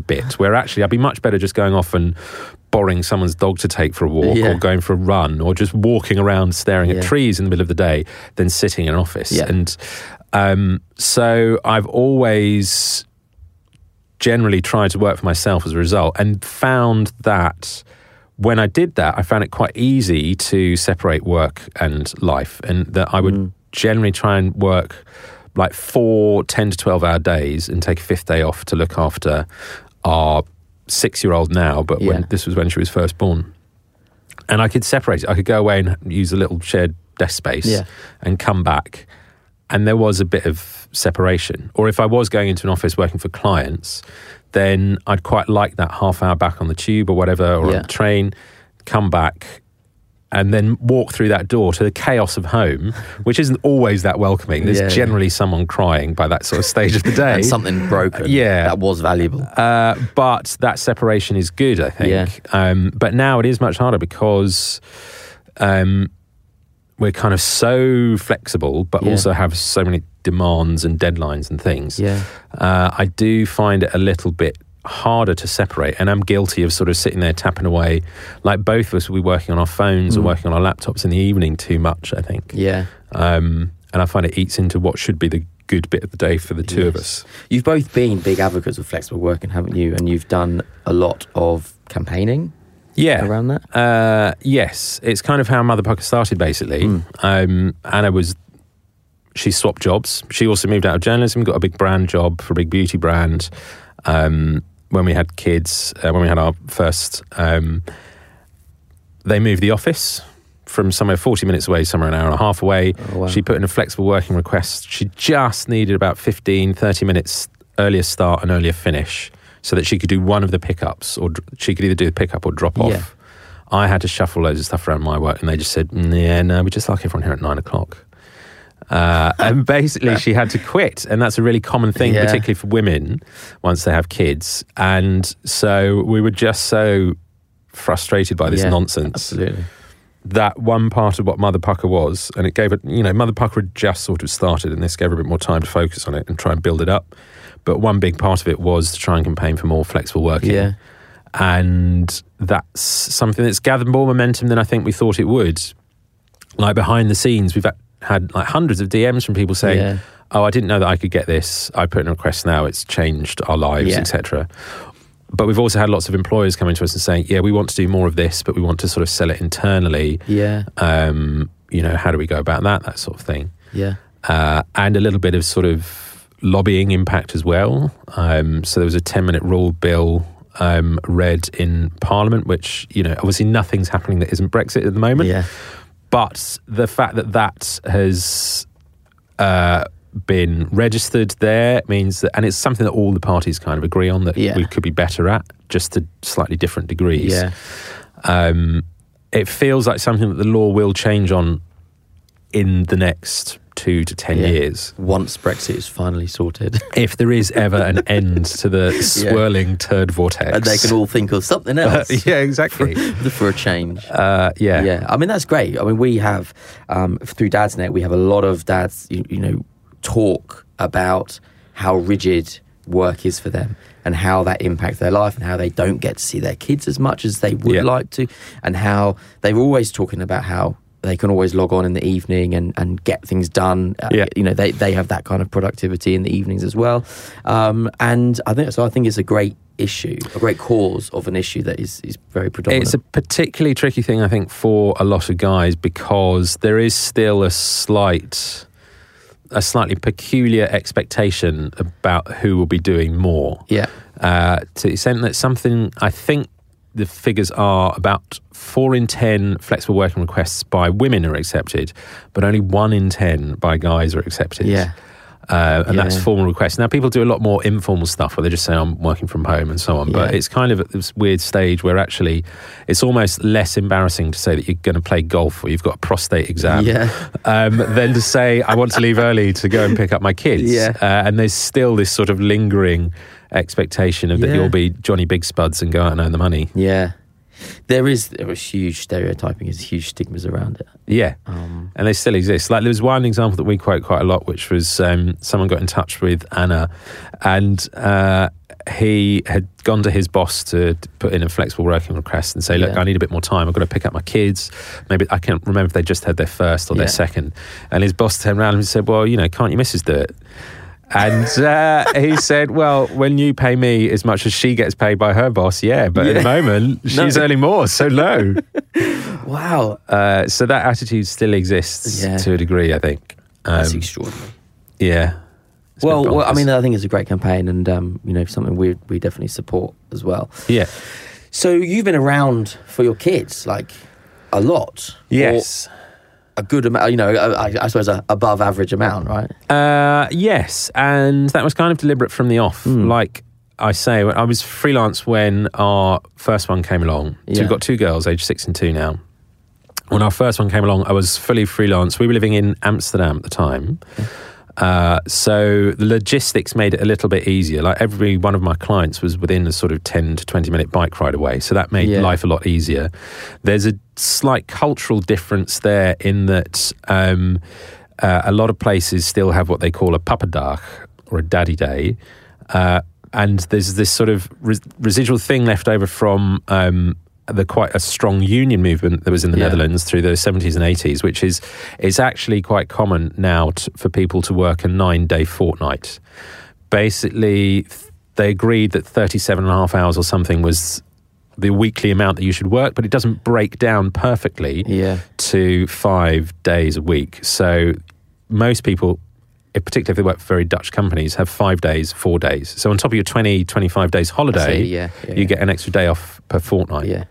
Speaker 4: bit, where actually I'd be much better just going off and borrowing someone's dog to take for a walk
Speaker 3: Yeah.
Speaker 4: or going for a run or just walking around staring
Speaker 3: Yeah.
Speaker 4: at trees in the middle of the day than sitting in an office.
Speaker 3: Yeah.
Speaker 4: And um, so I've always generally tried to work for myself as a result and found that when I did that, I found it quite easy to separate work and life, and that I would generally try and work like four 10 to 12 hour days and take a fifth day off to look after our six year old now. But
Speaker 3: Yeah.
Speaker 4: when this was when she was first born and I could separate it. I could go away and use a little shared desk space
Speaker 3: Yeah.
Speaker 4: and come back. And there was a bit of separation. Or if I was going into an office working for clients, then I'd quite like that half hour back on the tube or whatever, or
Speaker 3: Yeah.
Speaker 4: on the train, come back and then walk through that door to the chaos of home, which isn't always that welcoming. There's
Speaker 3: Yeah, yeah.
Speaker 4: generally someone crying by that sort of stage of the day.
Speaker 3: And something broken.
Speaker 4: Yeah.
Speaker 3: That was valuable.
Speaker 4: Uh, but that separation is good, I think.
Speaker 3: Yeah.
Speaker 4: Um, but now it is much harder because um, we're kind of so flexible, but
Speaker 3: Yeah.
Speaker 4: also have so many demands and deadlines and things.
Speaker 3: Yeah.
Speaker 4: Uh, I do find it a little bit harder to separate, and I'm guilty of sort of sitting there tapping away. Like both of us will be working on our phones or working on our laptops in the evening too much, I think.
Speaker 3: Mm. Yeah.
Speaker 4: Um, and I find it eats into what should be the good bit of the day for the two of
Speaker 3: Yes.
Speaker 4: us.
Speaker 3: You've both been big advocates of flexible working, haven't you? And you've done a lot of campaigning
Speaker 4: Yeah.
Speaker 3: around that.
Speaker 1: Hmm.
Speaker 4: Uh, yes, it's kind of how Mother Pucker started. Basically, um, Anna was she swapped jobs. She also moved out of journalism, got a big brand job for a big beauty brand. Um, when we had kids, uh, when we had our first, um, they moved the office from somewhere 40 minutes away, somewhere an hour and a half away.
Speaker 1: Oh, wow.
Speaker 4: She put in a flexible working request. She just needed about 15, 30 minutes earlier start and earlier finish so that she could do one of the pickups or dr- she could either do the pickup or drop off.
Speaker 1: Yeah.
Speaker 4: I had to shuffle loads of stuff around my work and they just said, "Mm, yeah, no, we just like everyone here at nine o'clock. Uh, and basically, she had to quit. And that's a really common thing,
Speaker 1: Yeah.
Speaker 4: particularly for women once they have kids. And so we were just so frustrated by this
Speaker 1: Yeah,
Speaker 4: nonsense
Speaker 1: Absolutely.
Speaker 4: that one part of what Mother Pucker was, and it gave it, you know, Mother Pucker had just sort of started, and this gave her a bit more time to focus on it and try and build it up. But one big part of it was to try and campaign for more flexible working.
Speaker 1: Yeah.
Speaker 4: And that's something that's gathered more momentum than I think we thought it would. Like behind the scenes, we've had- had like hundreds of DMs from people saying,
Speaker 1: Yeah.
Speaker 4: Oh, I didn't know that I could get this. I put in a request now, it's changed our lives,
Speaker 1: Yeah.
Speaker 4: etc. But we've also had lots of employers coming to us and saying, Yeah, we want to do more of this, but we want to sort of sell it internally
Speaker 1: Yeah.
Speaker 4: um, you know, how do we go about that, that sort of thing.
Speaker 1: Yeah.
Speaker 4: Uh, and a little bit of sort of lobbying impact as well. Um, so there was a 10 minute rule bill um, read in Parliament, which, you know, obviously nothing's happening that isn't Brexit at the moment.
Speaker 1: Yeah.
Speaker 4: But the fact that that has uh, been registered there means that, and it's something that all the parties kind of agree on that
Speaker 1: Yeah.
Speaker 4: we could be better at, just to slightly different degrees
Speaker 1: Yeah.
Speaker 4: um, it feels like something that the law will change on in the next two to ten
Speaker 1: Yeah.
Speaker 4: years,
Speaker 1: Once Brexit is finally sorted,
Speaker 4: if there is ever an end to the swirling turd vortex.
Speaker 1: and they can all think of something else
Speaker 4: yeah, exactly.
Speaker 1: for a change.
Speaker 4: Uh, yeah.
Speaker 1: Yeah, I mean that's great. I mean we have um, through Dadsnet we have a lot of dads you, you know talk about how rigid work is for them and how that impacts their life and how they don't get to see their kids as much as they would
Speaker 4: Yeah.
Speaker 1: like to and how they're always talking about how they can always log on in the evening and, and get things done. Uh,
Speaker 4: Yeah.
Speaker 1: You know, they, they have that kind of productivity in the evenings as well. Um, and I think so I think it's a great issue, a great cause of an issue that is, is very predominant.
Speaker 4: It's a particularly tricky thing, I think, for a lot of guys because there is still a slight, a slightly peculiar expectation about who will be doing more.
Speaker 1: yeah.
Speaker 4: uh, to the extent that something I think the figures are about four in ten flexible working requests by women are accepted, but only one in ten by guys are accepted.
Speaker 1: Yeah.
Speaker 4: Uh, and
Speaker 1: Yeah,
Speaker 4: that's
Speaker 1: yeah.
Speaker 4: formal requests. Now, people do a lot more informal stuff where they just say, I'm working from home and so on. But
Speaker 1: Yeah.
Speaker 4: it's kind of at this weird stage where actually it's almost less embarrassing to say that you're going to play golf or you've got a prostate exam
Speaker 1: Yeah.
Speaker 4: um, than to say, I want to leave early to go and pick up my kids
Speaker 1: Yeah.
Speaker 4: uh, and there's still this sort of lingering expectation of
Speaker 1: Yeah.
Speaker 4: that you'll be Johnny Big Spuds and go out and earn the money.
Speaker 1: Yeah. There is there is huge stereotyping, there's huge stigmas around it.
Speaker 4: Yeah,
Speaker 1: Um,
Speaker 4: Mm. and they still exist. Like there was one example that we quote quite a lot, which was um, someone got in touch with Anna, and uh, he had gone to his boss to to put in a flexible working request and say, "Look,
Speaker 1: Yeah.
Speaker 4: I need a bit more time. I've got to pick up my kids. Maybe I can't remember if they just had their first or
Speaker 1: Yeah.
Speaker 4: their second. And his boss turned around and said, "Well, you know, can't your missus do it?" And uh, he said, "Well, when you pay me as much as she gets paid by her boss, yeah, but at the moment she's earning more, so no."
Speaker 1: wow.
Speaker 4: Uh, so that attitude still exists
Speaker 1: Yeah.
Speaker 4: to a degree, I think.
Speaker 1: That's
Speaker 4: Um,
Speaker 1: extraordinary.
Speaker 4: yeah. It's a bit
Speaker 1: Well, well, I
Speaker 4: bonkers.
Speaker 1: mean, uh, I think it's a great campaign and, um, you know, something we, we definitely support as well.
Speaker 4: yeah,
Speaker 1: So you've been around for your kids, like, a lot.
Speaker 4: yes,
Speaker 1: Or a good amount, you know, I, I- I suppose a above average amount, right?
Speaker 4: uh, yes, and that was kind of deliberate from the off.
Speaker 1: Hmm.
Speaker 4: Like I say, when I was freelance when our first one came along. So
Speaker 1: Yeah.
Speaker 4: we've got two girls, age six and two now. When our first one came along, I was fully freelance. We were living in Amsterdam at the time. Uh, so the logistics made it a little bit easier. Like every one of my clients was within a sort of 10 to 20 minute bike ride away. So that made
Speaker 1: Yeah.
Speaker 4: life a lot easier. There's a slight cultural difference there in that um, uh, a lot of places still have what they call a pappadag or a daddy day. Uh, and there's this sort of res- residual thing left over from um, the quite a strong union movement that was in the
Speaker 1: Yeah.
Speaker 4: Netherlands through the 70s and 80s, which is it's actually quite common now t- for people to work a nine day fortnight. Basically, th- they agreed that 37 and a half hours or something was the weekly amount that you should work, but it doesn't break down perfectly
Speaker 1: Yeah.
Speaker 4: to five days a week. So most people if- particularly if they work for very Dutch companies, have five days, four days. So on top of your 20, 25 days holiday,
Speaker 1: see, yeah, yeah,
Speaker 4: you
Speaker 1: yeah.
Speaker 4: get an extra day off per fortnight.
Speaker 1: Yeah.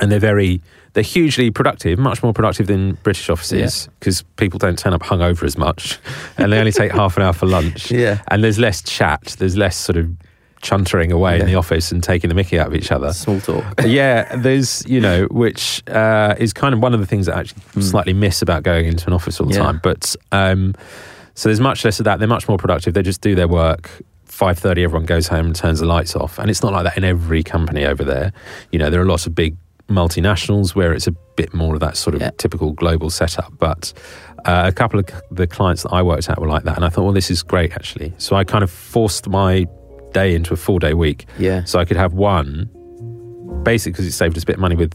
Speaker 4: And they're very, they're hugely productive, much more productive than British offices because people don't turn up hungover as much and they only take half an hour for lunch.
Speaker 1: Yeah.
Speaker 4: And there's less chat, there's less sort of chuntering away in
Speaker 1: Yeah.
Speaker 4: the office and taking the mickey out of each other
Speaker 1: Small talk.
Speaker 4: yeah, there's you know, which uh, is kind of one of the things that I actually slightly miss about going into an office all the
Speaker 1: Hmm. Yeah.
Speaker 4: time. But um, so there's much less of that. They're much more productive. They just do their work. Five thirty, everyone goes home and turns the lights off. And it's not like that in every company over there. You know, there are lots of big multinationals where it's a bit more of that sort of
Speaker 1: Yeah.
Speaker 4: typical global setup. But uh, a couple of c- the clients that I worked at were like that, and I thought, well, this is great actually. So I kind of forced my day into a four day week
Speaker 1: Yeah.
Speaker 4: so I could have one, basically because it saved us a bit of money with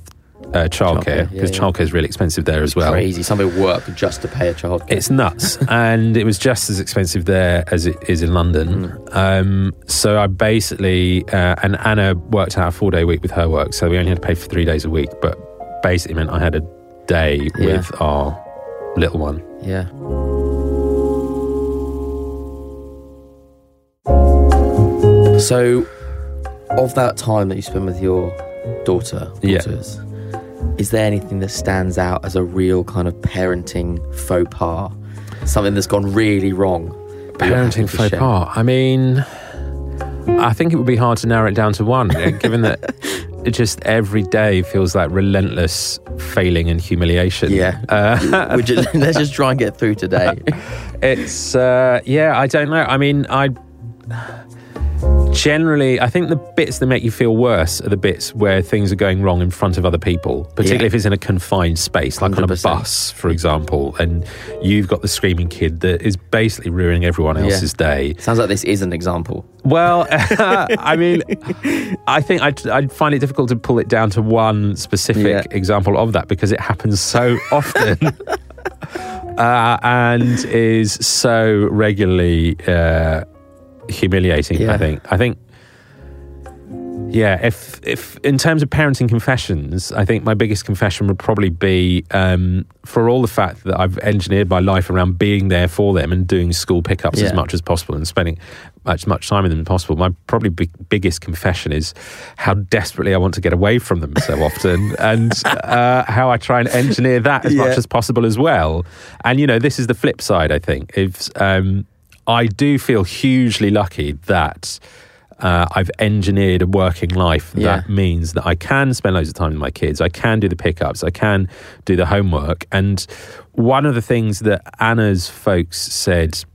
Speaker 4: uh, childcare
Speaker 1: Childcare, yeah,
Speaker 4: because
Speaker 1: yeah.
Speaker 4: childcare is really expensive there as well.
Speaker 1: Crazy. Some people work just to pay a child.
Speaker 4: It's nuts, and it was just as expensive there as it is in London.
Speaker 1: Mm.
Speaker 4: Um, so I basically uh, and Anna worked out a four day week with her work, so we only had to pay for three days a week, but basically meant I had a day
Speaker 1: Yeah.
Speaker 4: with our little one.
Speaker 1: Yeah. So, of that time that you spend with your daughter,
Speaker 4: Yeah.
Speaker 1: daughters, is there anything that stands out as a real kind of parenting faux pas? Something that's gone really wrong? that you're happy
Speaker 4: Parenting
Speaker 1: to
Speaker 4: faux
Speaker 1: share?
Speaker 4: pas. I mean, I think it would be hard to narrow it down to one, eh, given that it just every day feels like relentless failing and humiliation.
Speaker 1: Yeah.
Speaker 4: Uh,
Speaker 1: Would you, let's just try and get through today.
Speaker 4: it's, uh, yeah, I don't know. I mean, I generally, I think the bits that make you feel worse are the bits where things are going wrong in front of other people, particularly
Speaker 1: Yeah.
Speaker 4: if it's in a confined space, like on a
Speaker 1: 100%.
Speaker 4: bus, for example, and you've got the screaming kid that is basically ruining everyone
Speaker 1: Yeah.
Speaker 4: else's day.
Speaker 1: Sounds like this is an example.
Speaker 4: Well, I mean, I think I'd, I'd find it difficult to pull it down to one specific
Speaker 1: Yeah.
Speaker 4: example of that because it happens so often uh, and is so regularly uh, humiliating. I
Speaker 1: Yeah.
Speaker 4: think. I think. Yeah, if if in terms of parenting confessions, I think my biggest confession would probably be um, for all the fact that I've engineered my life around being there for them and doing school pickups as
Speaker 1: Yeah.
Speaker 4: much as possible and spending as much time with them as possible. My probably big, biggest confession is how desperately I want to get away from them so often, and uh, how I try and engineer that as much
Speaker 1: Yeah.
Speaker 4: as as possible as well. And you know, this is the flip side. I think if um, I do feel hugely lucky that uh, I've engineered a working life
Speaker 1: Yeah.
Speaker 4: that means that I can spend loads of time with my kids. I can do the pickups. I can do the homework. And one of the things that Anna's folks said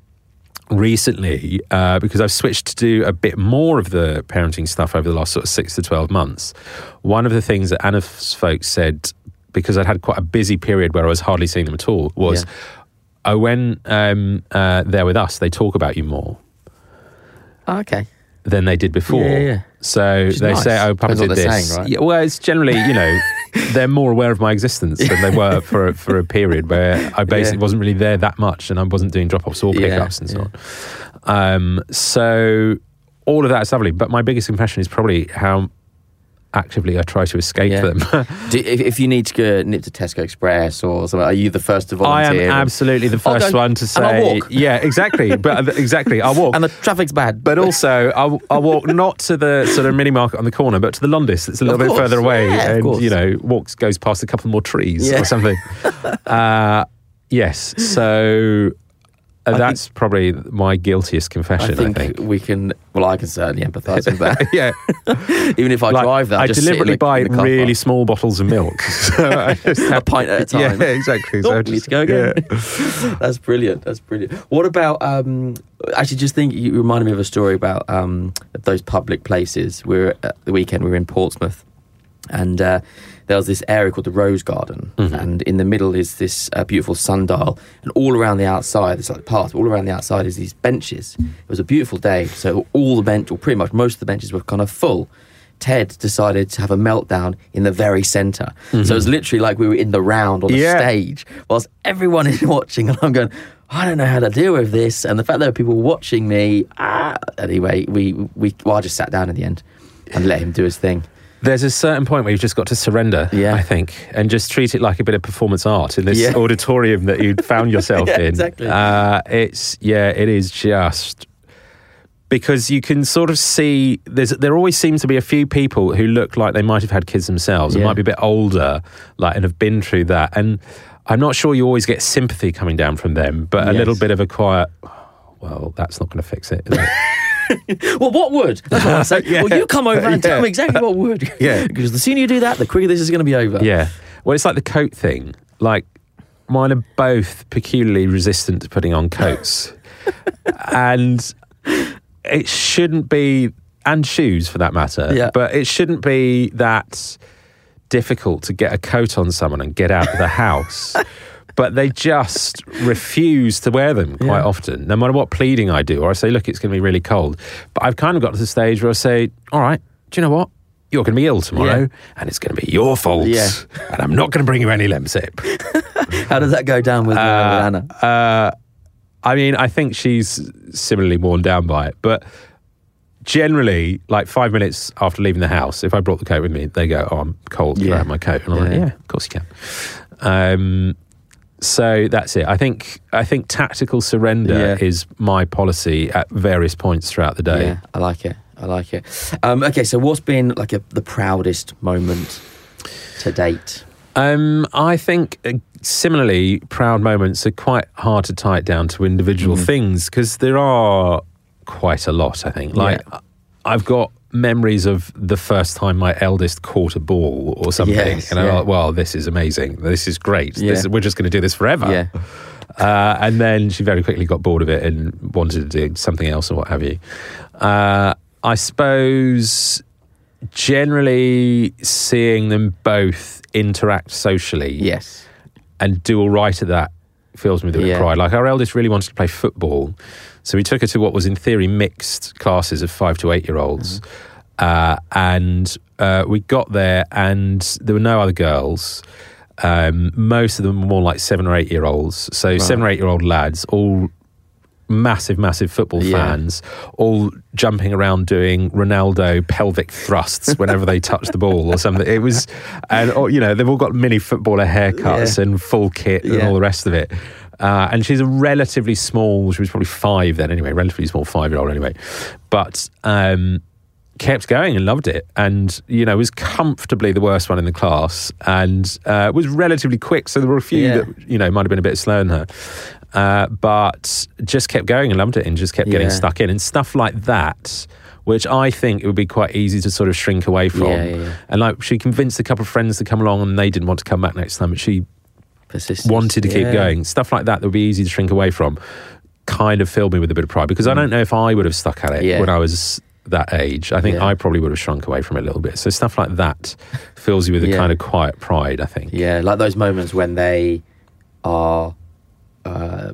Speaker 4: recently uh, because I've switched to do a bit more of the parenting stuff over the last sort of six to 12 months. One of the things that Anna's folks said, because I'd had quite a busy period where I was hardly seeing them at all, was
Speaker 1: Yeah.
Speaker 4: oh, when um, uh, they're with us, they talk about you more
Speaker 1: okay.
Speaker 4: than they did before.
Speaker 1: Yeah, yeah, yeah.
Speaker 4: So
Speaker 1: is
Speaker 4: they
Speaker 1: nice.
Speaker 4: say, "Oh, Papa
Speaker 1: Depends what
Speaker 4: did
Speaker 1: they're
Speaker 4: this."
Speaker 1: saying, right?
Speaker 4: Yeah, well, it's generally, you know, they're more aware of my existence than they were for a- for a period where I basically
Speaker 1: Yeah.
Speaker 4: wasn't really there that much, and I wasn't doing drop offs or
Speaker 1: Yeah,
Speaker 4: pickups and so
Speaker 1: yeah.
Speaker 4: on. Um, so all of that is lovely, but my biggest confession is probably how actively I try to escape
Speaker 1: Yeah.
Speaker 4: them.
Speaker 1: Do, if, if you need to go nip to Tesco Express or something, are you the first to
Speaker 4: I am
Speaker 1: volunteer?
Speaker 4: absolutely the
Speaker 1: I'll
Speaker 4: first
Speaker 1: go,
Speaker 4: one to
Speaker 1: "And I'll
Speaker 4: say,
Speaker 1: walk."
Speaker 4: yeah, exactly, but uh, exactly, I walk.
Speaker 1: And the traffic's bad.
Speaker 4: But also, I, I walk not to the sort of mini market on the corner, but to the Londis that's a little
Speaker 1: Of
Speaker 4: bit
Speaker 1: course,
Speaker 4: further away,
Speaker 1: yeah, of
Speaker 4: and
Speaker 1: course.
Speaker 4: you know, walks goes past a couple more trees
Speaker 1: Yeah.
Speaker 4: or something. uh, yes, so uh, that's probably my guiltiest confession.
Speaker 1: I think, we can. Well, I can certainly empathise with that.
Speaker 4: yeah,
Speaker 1: Even if I
Speaker 4: like,
Speaker 1: drive that,
Speaker 4: I
Speaker 1: just sit in
Speaker 4: deliberately
Speaker 1: the-
Speaker 4: buy
Speaker 1: in the car
Speaker 4: really
Speaker 1: park.
Speaker 4: small bottles of milk, so I just have
Speaker 1: a pint at a
Speaker 4: Yeah,
Speaker 1: time.
Speaker 4: exactly.
Speaker 1: Oh,
Speaker 4: I
Speaker 1: need to go again. That's brilliant. That's brilliant. What about um, actually? Just think. You reminded me of a story about um, those public places. We were at the weekend. We were in Portsmouth, and uh, there was this area called the Rose Garden, and in the middle is this uh, beautiful sundial, and all around the outside, there's like a path. All around the outside is these benches. It was a beautiful day, so all the bench, or pretty much most of the benches, were kind of full. Ted decided to have a meltdown in the very center So it was literally like we were in the round on the
Speaker 4: Yeah.
Speaker 1: stage whilst everyone is watching. And I'm going, I don't know how to deal with this. And the fact that there are people watching me, ah. Anyway, we, we, well, I just sat down in the end and let him do his thing.
Speaker 4: There's a certain point where you've just got to surrender,
Speaker 1: Yeah.
Speaker 4: I think, and just treat it like a bit of performance art in this
Speaker 1: Yeah.
Speaker 4: auditorium that you'd found yourself
Speaker 1: Yeah,
Speaker 4: in.
Speaker 1: exactly.
Speaker 4: Uh, it's yeah, it is just because you can sort of see there's there always seems to be a few people who look like they might have had kids themselves and
Speaker 1: Yeah.
Speaker 4: might be a bit older, like and have been through that. And I'm not sure you always get sympathy coming down from them, but a
Speaker 1: Yes.
Speaker 4: little bit of a quiet. Well, that's not going to fix it. is it?"
Speaker 1: Well, what would? That's what I'm saying. Well, you come over and tell me exactly what would.
Speaker 4: Yeah.
Speaker 1: because the sooner you do that, the quicker this is going to be over.
Speaker 4: Yeah. Well, it's like the coat thing. Like, mine are both peculiarly resistant to putting on coats. and it shouldn't be, and shoes for that matter.
Speaker 1: Yeah.
Speaker 4: But it shouldn't be that difficult to get a coat on someone and get out of the house. But they just refuse to wear them quite
Speaker 1: Yeah.
Speaker 4: often, no matter what pleading I do, or I say, look, it's going to be really cold. But I've kind of got to the stage where I say, all right, do you know what? You're going to be ill tomorrow,
Speaker 1: Yeah.
Speaker 4: and it's going to be your fault.
Speaker 1: Yeah.
Speaker 4: And I'm not going to bring you any Lemsip.
Speaker 1: How does that go down with, uh, with Anna?
Speaker 4: Uh, I mean, I think she's similarly worn down by it, but generally, like five minutes after leaving the house, if I brought the coat with me, they go, "Oh, I'm cold. Can I
Speaker 1: Yeah.
Speaker 4: have my coat?" And I'm like,
Speaker 1: Yeah.
Speaker 4: "Yeah, of course you can." Um, so that's it. I think I think tactical surrender
Speaker 1: Yeah.
Speaker 4: is my policy at various points throughout the day.
Speaker 1: Yeah, I like it. I like it. Um, okay, so what's been like a, the proudest moment to date?
Speaker 4: Um, I think uh, similarly, proud moments are quite hard to tie it down to individual
Speaker 1: Mm-hmm.
Speaker 4: things because there are quite a lot. I think, like,
Speaker 1: Yeah.
Speaker 4: I've got memories of the first time my eldest caught a ball or something,
Speaker 1: Yes,
Speaker 4: and I'm
Speaker 1: yeah.
Speaker 4: like, "Well, this is amazing. This is great.
Speaker 1: Yeah.
Speaker 4: This, we're just going to do this forever."
Speaker 1: Yeah.
Speaker 4: Uh, and then she very quickly got bored of it and wanted to do something else or what have you. Uh, I suppose generally seeing them both interact socially
Speaker 1: Yes.
Speaker 4: and do all right at that fills me with a bit of
Speaker 1: Yeah.
Speaker 4: pride. Like our eldest really wanted to play football, so we took her to what was in theory mixed classes of five to eight year olds,
Speaker 1: Mm-hmm.
Speaker 4: uh, and uh, we got there and there were no other girls. Um, most of them were more like seven or eight year olds, so seven or eight year old lads, all massive, massive football
Speaker 1: Yeah.
Speaker 4: fans, all jumping around doing Ronaldo pelvic thrusts whenever they touch the ball or something. It was, and or, you know, they've all got mini footballer haircuts
Speaker 1: Yeah.
Speaker 4: and full kit and
Speaker 1: Yeah.
Speaker 4: all the rest of it. Uh, and she's a relatively small, she was probably five then anyway, relatively small five year old anyway, but um, kept going and loved it. And, you know, was comfortably the worst one in the class and uh, was relatively quick. So there were a few
Speaker 1: Yeah.
Speaker 4: that you know, might have been a bit slower than her. Uh, but just kept going and loved it and just kept getting
Speaker 1: Yeah.
Speaker 4: stuck in and stuff like that, which I think it would be quite easy to sort of shrink away from.
Speaker 1: Yeah, yeah, yeah.
Speaker 4: And like she convinced a couple of friends to come along and they didn't want to come back next time, but she
Speaker 1: Persistence.
Speaker 4: wanted to keep
Speaker 1: Yeah.
Speaker 4: going. Stuff like that that would be easy to shrink away from kind of filled me with a bit of pride because I don't know if I would have stuck at it
Speaker 1: Mm. Yeah.
Speaker 4: when I was that age. I think
Speaker 1: Yeah.
Speaker 4: I probably would have shrunk away from it a little bit. So stuff like that fills you with a
Speaker 1: Yeah.
Speaker 4: kind of quiet pride, I think.
Speaker 1: Yeah, like those moments when they are, uh,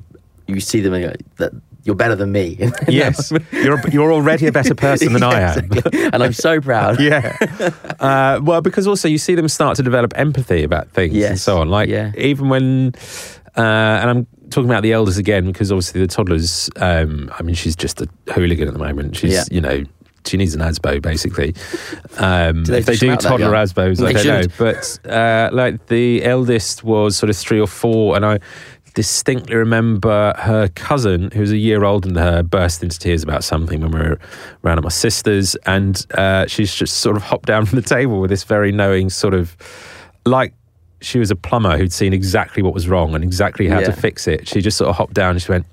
Speaker 1: you see them and you go, "That- you're better than me.
Speaker 4: Yes, you're you're already a better person than I am.
Speaker 1: and I'm so proud.
Speaker 4: Yeah. Uh, well, because also you see them start to develop empathy about things and
Speaker 1: Yes.
Speaker 4: so on. Like
Speaker 1: Yeah.
Speaker 4: even when, uh, and I'm talking about the elders again because obviously the toddlers. Um, I mean, she's just a hooligan at the moment. She's
Speaker 1: Yeah.
Speaker 4: you know. She needs an ASBO, basically. Um,
Speaker 1: Do they
Speaker 4: if they
Speaker 1: dish
Speaker 4: do
Speaker 1: out that
Speaker 4: toddler
Speaker 1: young?
Speaker 4: ASBOs,
Speaker 1: They
Speaker 4: I don't know.
Speaker 1: should.
Speaker 4: But uh, like the eldest was sort of three or four, and I distinctly remember her cousin, who was a year older than her, burst into tears about something when we were around at my sister's, and uh, she's just sort of hopped down from the table with this very knowing sort of like. She was a plumber who'd seen exactly what was wrong and exactly how
Speaker 1: Yeah.
Speaker 4: to fix it. She just sort of hopped down and she went,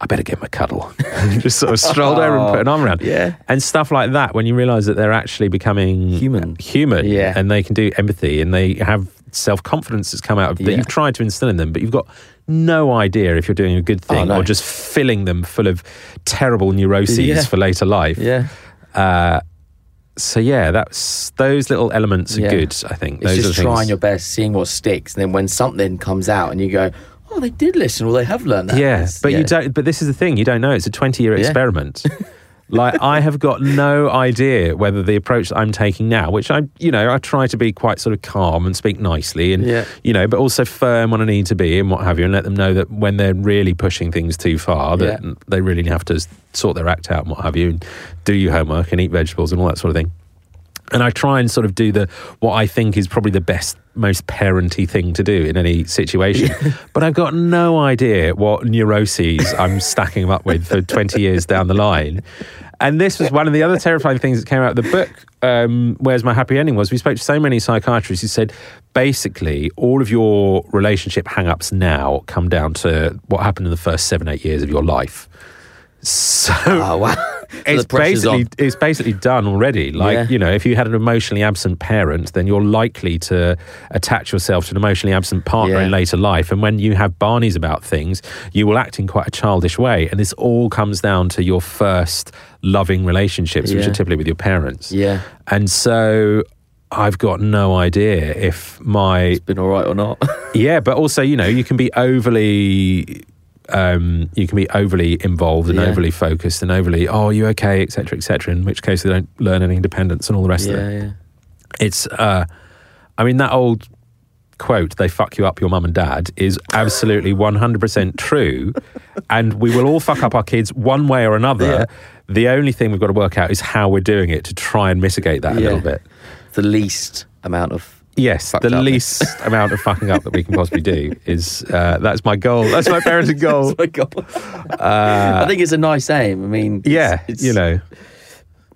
Speaker 4: I better give him a cuddle. just sort of strolled over and put an arm around.
Speaker 1: Yeah.
Speaker 4: And stuff like that, when you realize that they're actually becoming
Speaker 1: Human.
Speaker 4: human
Speaker 1: Yeah.
Speaker 4: and they can do empathy and they have self confidence that's come out of that
Speaker 1: Yeah.
Speaker 4: you've tried to instill in them, but you've got no idea if you're doing a good thing
Speaker 1: Oh, no.
Speaker 4: or just filling them full of terrible neuroses
Speaker 1: Yeah.
Speaker 4: for later life.
Speaker 1: Yeah.
Speaker 4: Uh, so yeah, that's those little elements are
Speaker 1: Yeah.
Speaker 4: good. I think
Speaker 1: It's
Speaker 4: those
Speaker 1: just
Speaker 4: are the
Speaker 1: trying
Speaker 4: things.
Speaker 1: your best, seeing what sticks, and then when something comes out and you go, "Oh, they did listen, or they have learned that."
Speaker 4: Yeah,
Speaker 1: It's-
Speaker 4: but
Speaker 1: yeah.
Speaker 4: you don't. But this is the thing: you don't know. It's a twenty-year
Speaker 1: Yeah.
Speaker 4: experiment. like I have got no idea whether the approach that I'm taking now, which I, you know, I try to be quite sort of calm and speak nicely, and
Speaker 1: Yeah.
Speaker 4: you know, but also firm when I need to be and what have you, and let them know that when they're really pushing things too far, that
Speaker 1: Yeah.
Speaker 4: they really have to sort their act out and what have you, and do your homework and eat vegetables and all that sort of thing. and I try and sort of do the what I think is probably the best, most parenty thing to do in any situation. but I've got no idea what neuroses I'm stacking them up with for 20 years down the line. And this was one of the other terrifying things that came out of the book. Um, Where's my happy ending? Was we spoke to so many psychiatrists who said basically all of your relationship hang-ups now come down to what happened in the first seven eight years of your life. So
Speaker 1: Ah.
Speaker 3: Oh wow! So
Speaker 4: it's
Speaker 3: the pressure's
Speaker 4: basically
Speaker 3: on.
Speaker 4: it's basically done already. Like
Speaker 3: Yeah.
Speaker 4: you know, if you had an emotionally absent parent, then you're likely to attach yourself to an emotionally absent partner
Speaker 3: Yeah.
Speaker 4: in later life. And when you have Barneys about things, you will act in quite a childish way. And this all comes down to your first loving relationships, which
Speaker 3: Yeah.
Speaker 4: are typically with your parents.
Speaker 3: Yeah.
Speaker 4: And so I've got no idea if my
Speaker 3: It's been all right or not?
Speaker 4: yeah, but also you know you can be overly, um, you can be overly involved and
Speaker 3: Yeah.
Speaker 4: overly focused and overly oh are you okay etc etc. In which case they don't learn any independence and all the rest of
Speaker 3: yeah,
Speaker 4: it.
Speaker 3: yeah.
Speaker 4: It's uh, I mean that old quote they fuck you up your mum and dad is absolutely 100% true and we will all fuck up our kids one way or another the only thing we've got to work out is how we're doing it to try and mitigate that a
Speaker 3: Yeah.
Speaker 4: little bit
Speaker 3: The least amount of
Speaker 4: Yes,
Speaker 3: fucked
Speaker 4: the
Speaker 3: up.
Speaker 4: least amount of fucking up that we can possibly do is uh, that's my goal. That's my parenting goal.
Speaker 3: Oh my God. I think it's a nice aim. I mean, it's-
Speaker 4: Uh, yeah,
Speaker 3: it's
Speaker 4: you know,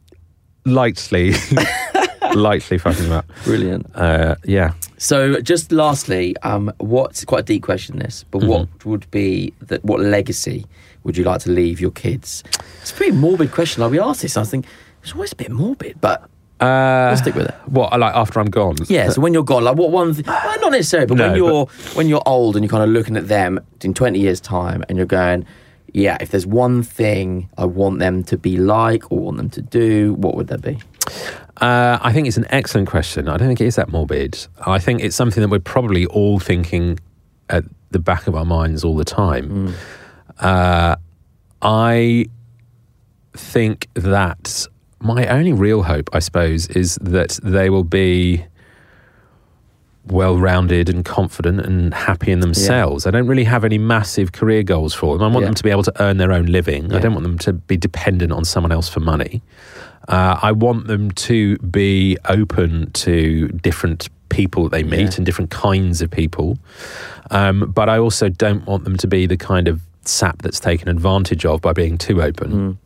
Speaker 4: lightly, lightly fucking them up.
Speaker 3: brilliant.
Speaker 4: Uh, yeah,
Speaker 3: So, just lastly, um, what quite a deep question this, but what would be that? What legacy would you like to leave your kids? It's a pretty morbid question. I'll be asked this. and I think it's always a bit morbid, but
Speaker 4: uh,
Speaker 3: We'll stick with it.
Speaker 4: What I like after I'm gone?
Speaker 3: yeah. So when you're gone, like what one? Th- well, not necessarily, but
Speaker 4: No,
Speaker 3: when you're when you're old and you're kind of looking at them in 20 years' time, and you're going, yeah, if there's one thing I want them to be like or want them to do, what would that be?
Speaker 4: Uh, I think it's an excellent question. I don't think it is that morbid. I think it's something that we're probably all thinking at the back of our minds all the
Speaker 3: Mm.
Speaker 4: time. Uh, I think that my only real hope, I suppose, is that they will be well rounded and confident and happy in themselves. I don't really have any massive career goals for them. I want
Speaker 3: Yeah.
Speaker 4: them to be able to earn their own living. I
Speaker 3: Yeah.
Speaker 4: don't want them to be dependent on someone else for money. Uh, I want them to be open to different people that they meet
Speaker 3: Yeah.
Speaker 4: and different kinds of people. Um, but I also don't want them to be the kind of sap that's taken advantage of by being too open.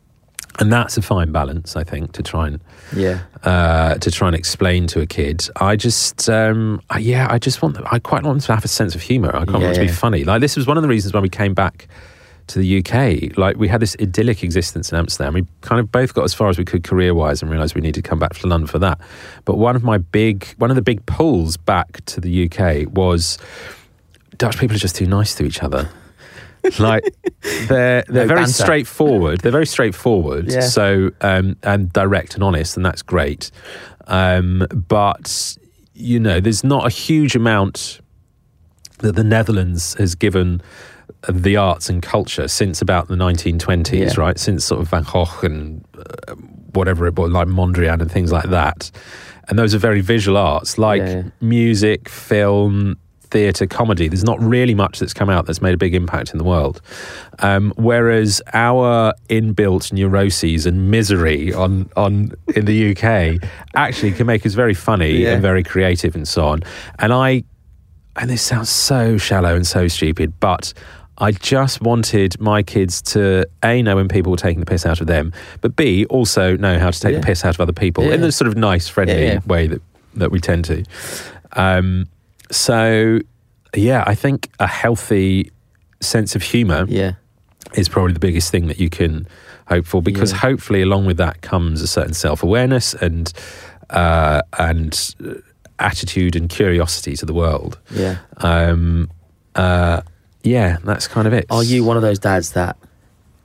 Speaker 4: And that's a fine balance, I think, to try and
Speaker 3: Yeah.
Speaker 4: uh, to try and explain to a kid. I just, um, I, yeah, I just want them. I quite want them to have a sense of humour. I quite want
Speaker 3: Yeah,
Speaker 4: them to be
Speaker 3: yeah.
Speaker 4: funny. Like this was one of the reasons when we came back to the UK. Like we had this idyllic existence in Amsterdam. We kind of both got as far as we could career wise and realised we needed to come back to London for that. But one of my big, one of the big pulls back to the UK was Dutch people are just too nice to each other. like they're they're
Speaker 3: No
Speaker 4: very
Speaker 3: banter.
Speaker 4: straightforward. They're very straightforward.
Speaker 3: Yeah.
Speaker 4: So um, and direct and honest, and that's great. Um, but you know, there's not a huge amount that the Netherlands has given the arts and culture since about the 1920s,
Speaker 3: Yeah.
Speaker 4: right? Since sort of Van Gogh and uh, whatever it was, like Mondrian and things like that. And those are very visual arts, like
Speaker 3: Yeah, yeah.
Speaker 4: music, film, theatre, comedy. There's not really much that's come out that's made a big impact in the world. Um, whereas our inbuilt neuroses and misery on on in the UK actually can make us very funny
Speaker 3: Yeah.
Speaker 4: and very creative and so on. And I and this sounds so shallow and so stupid, but I just wanted my kids to a know when people were taking the piss out of them, but b also know how to take
Speaker 3: Yeah.
Speaker 4: the piss out of other people in
Speaker 3: Yeah.
Speaker 4: the sort of nice, friendly
Speaker 3: Yeah, yeah.
Speaker 4: way that that we tend to. Um, so, yeah, I think a healthy sense of humour
Speaker 3: Yeah.
Speaker 4: is probably the biggest thing that you can hope for because
Speaker 3: Yeah.
Speaker 4: hopefully along with that comes a certain self-awareness and uh, and uh, attitude and curiosity to the world
Speaker 3: Yeah.
Speaker 4: um, uh, yeah, that's kind of it.
Speaker 3: Are you one of those dads that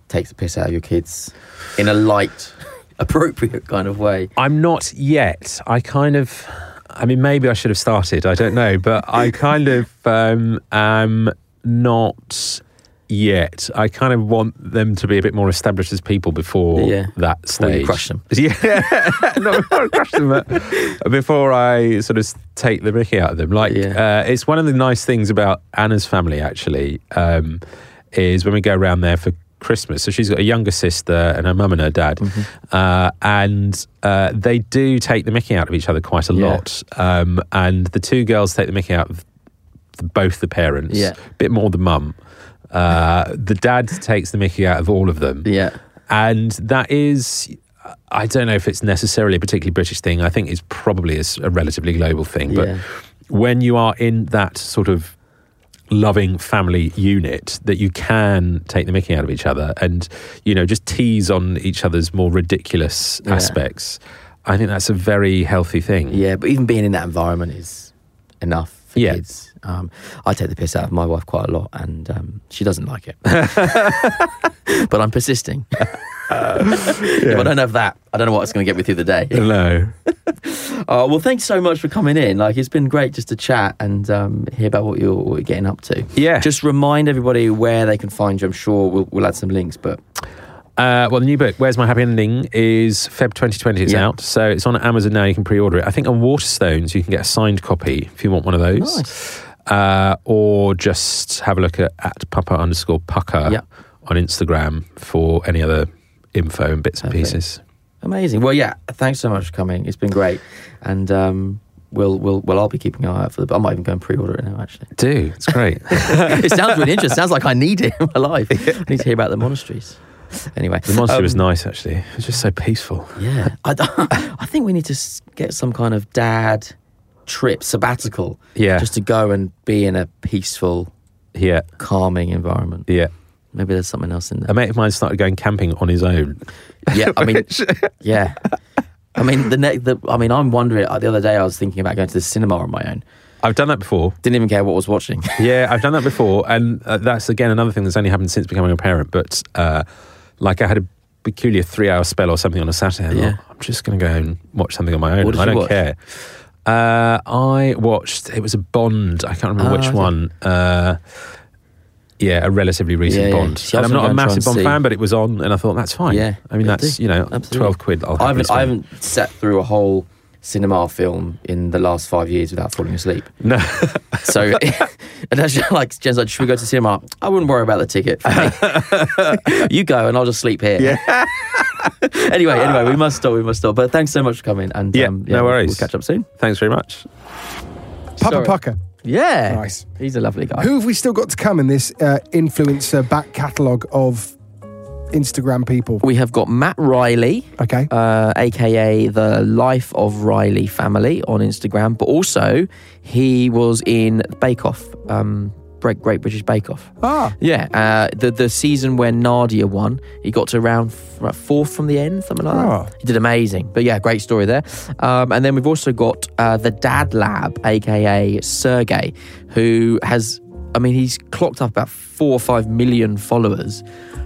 Speaker 3: takes the piss out of your kids in a light, appropriate kind of way?
Speaker 4: I'm not yet. I kind of. I mean, maybe I should have started. I don't know, but I kind of um, am not yet. I kind of want them to be a bit more established as people before
Speaker 3: Yeah.
Speaker 4: that
Speaker 3: Before you
Speaker 4: stage.
Speaker 3: crush them.
Speaker 4: Yeah, not before I crush them, but before I sort of take the mickey out of them. Like,
Speaker 3: Yeah.
Speaker 4: uh, it's one of the nice things about Anna's family actually um, is when we go around there for Christmas. So she's got a younger sister and her mum and her dad,
Speaker 1: Mm-hmm.
Speaker 4: uh, and uh, they do take the Mickey out of each other quite a
Speaker 1: Yeah.
Speaker 4: lot. Um, and the two girls take the Mickey out of the, both the parents,
Speaker 1: Yeah.
Speaker 4: a bit more the mum. Uh, the dad takes the Mickey out of all of them.
Speaker 1: Yeah.
Speaker 4: And that is, I don't know if it's necessarily a particularly British thing. I think it's probably a, s- a relatively global thing. But
Speaker 1: Yeah.
Speaker 4: when you are in that sort of loving family unit, that you can take the mickey out of each other and, you know, just tease on each other's more ridiculous
Speaker 1: Yeah.
Speaker 4: aspects. I think that's a very healthy thing.
Speaker 1: Yeah, but even being in that environment is enough for
Speaker 4: Yeah.
Speaker 1: kids. Um, I take the piss out of my wife quite a lot, and um, she doesn't like it. but I'm persisting. If I don't have that, I don't know what's going to get me through the day.
Speaker 4: Hello.
Speaker 1: Uh, well, thanks so much for coming in. Like, it's been great just to chat and um, hear about what you're, what you're getting up to.
Speaker 4: Yeah.
Speaker 1: Just remind everybody where they can find you. I'm sure we'll, we'll add some links, but
Speaker 4: Uh, well, the new book, Where's My Happy Ending, is Feb 2020. It's
Speaker 1: Yeah.
Speaker 4: out. So it's on Amazon now. You can pre order it. I think on Waterstones, you can get a signed copy if you want one of those. Uh, or just have a look at, at papa underscore pucker
Speaker 1: Yeah.
Speaker 4: on Instagram for any other info and bits and
Speaker 1: Perfect.
Speaker 4: pieces.
Speaker 1: amazing. Well, yeah, thanks so much for coming. It's been great. And um, we'll, we'll, well, I'll be keeping an eye out for the, I might even go and pre order it now, actually.
Speaker 4: Do. It's great.
Speaker 1: it sounds really interesting. sounds like I need it in my life. I need to hear about the monasteries. Anyway,
Speaker 4: the monster was nice, actually. It was just so peaceful.
Speaker 1: yeah, I, I think we need to s- get some kind of dad trip sabbatical.
Speaker 4: Yeah.
Speaker 1: just to go and be in a peaceful,
Speaker 4: Yeah.
Speaker 1: calming environment.
Speaker 4: Yeah.
Speaker 1: Maybe there's something else in there.
Speaker 4: A mate of mine started going camping on his own.
Speaker 1: yeah, I mean, yeah. I mean, the, ne- the I mean, I'm wondering. uh, The other day, I was thinking about going to the cinema on my own.
Speaker 4: I've done that before.
Speaker 1: Didn't even care what I was watching.
Speaker 4: Yeah, I've done that before, and uh, that's again another thing that's only happened since becoming a parent. But uh, like, I had a peculiar three-hour spell or something on a Saturday. and I
Speaker 1: Yeah.
Speaker 4: thought, I'm just going to go and watch something on my own.
Speaker 1: What did
Speaker 4: I
Speaker 1: you
Speaker 4: don't
Speaker 1: watch?
Speaker 4: care. Uh, I watched. It was a Bond. I can't remember
Speaker 1: Ah,
Speaker 4: which
Speaker 1: okay.
Speaker 4: one. Uh, yeah, a relatively recent
Speaker 1: Yeah, yeah.
Speaker 4: Bond.
Speaker 1: See, I
Speaker 4: and
Speaker 1: was
Speaker 4: I'm
Speaker 1: gonna
Speaker 4: not a
Speaker 1: go and try
Speaker 4: massive Bond
Speaker 1: and see.
Speaker 4: fan, but it was on, and I thought that's fine.
Speaker 1: Yeah,
Speaker 4: I mean
Speaker 1: good
Speaker 4: that's
Speaker 1: thing.
Speaker 4: you know
Speaker 1: Absolutely.
Speaker 4: twelve quid. I'll
Speaker 1: I
Speaker 4: happily
Speaker 1: haven't, I
Speaker 4: spend.
Speaker 1: haven't sat through a whole cinema film in the last five years without falling asleep.
Speaker 4: No,
Speaker 1: So, and that's just like Jen's like, should we go to the cinema? I wouldn't worry about the ticket. For me. you go, and I'll just sleep here. Yeah. anyway, anyway, we must stop. We must stop. But thanks so much for coming. And um,
Speaker 4: Yeah, no
Speaker 1: we'll-
Speaker 4: worries.
Speaker 1: We'll catch up soon.
Speaker 4: thanks very much.
Speaker 2: Papa
Speaker 1: Sorry.
Speaker 2: Pucker.
Speaker 1: Yeah.
Speaker 2: Nice.
Speaker 1: He's a lovely guy.
Speaker 2: Who have we still got to come in this uh, influencer back catalogue of Instagram people?
Speaker 1: We have got Matt Riley.
Speaker 2: Okay.
Speaker 1: uh, aka the Life of Riley Family on Instagram, but also he was in Bake Off, um, Great, Great British Bake Off.
Speaker 2: ah,
Speaker 1: Yeah, uh, the the season where Nadia won, he got to round f- about fourth from the end, something like
Speaker 2: Oh.
Speaker 1: that. He did amazing, but yeah, great story there. Um, and then we've also got uh, the Dad Lab, aka Sergey, who has, I mean, he's clocked up about four or five million followers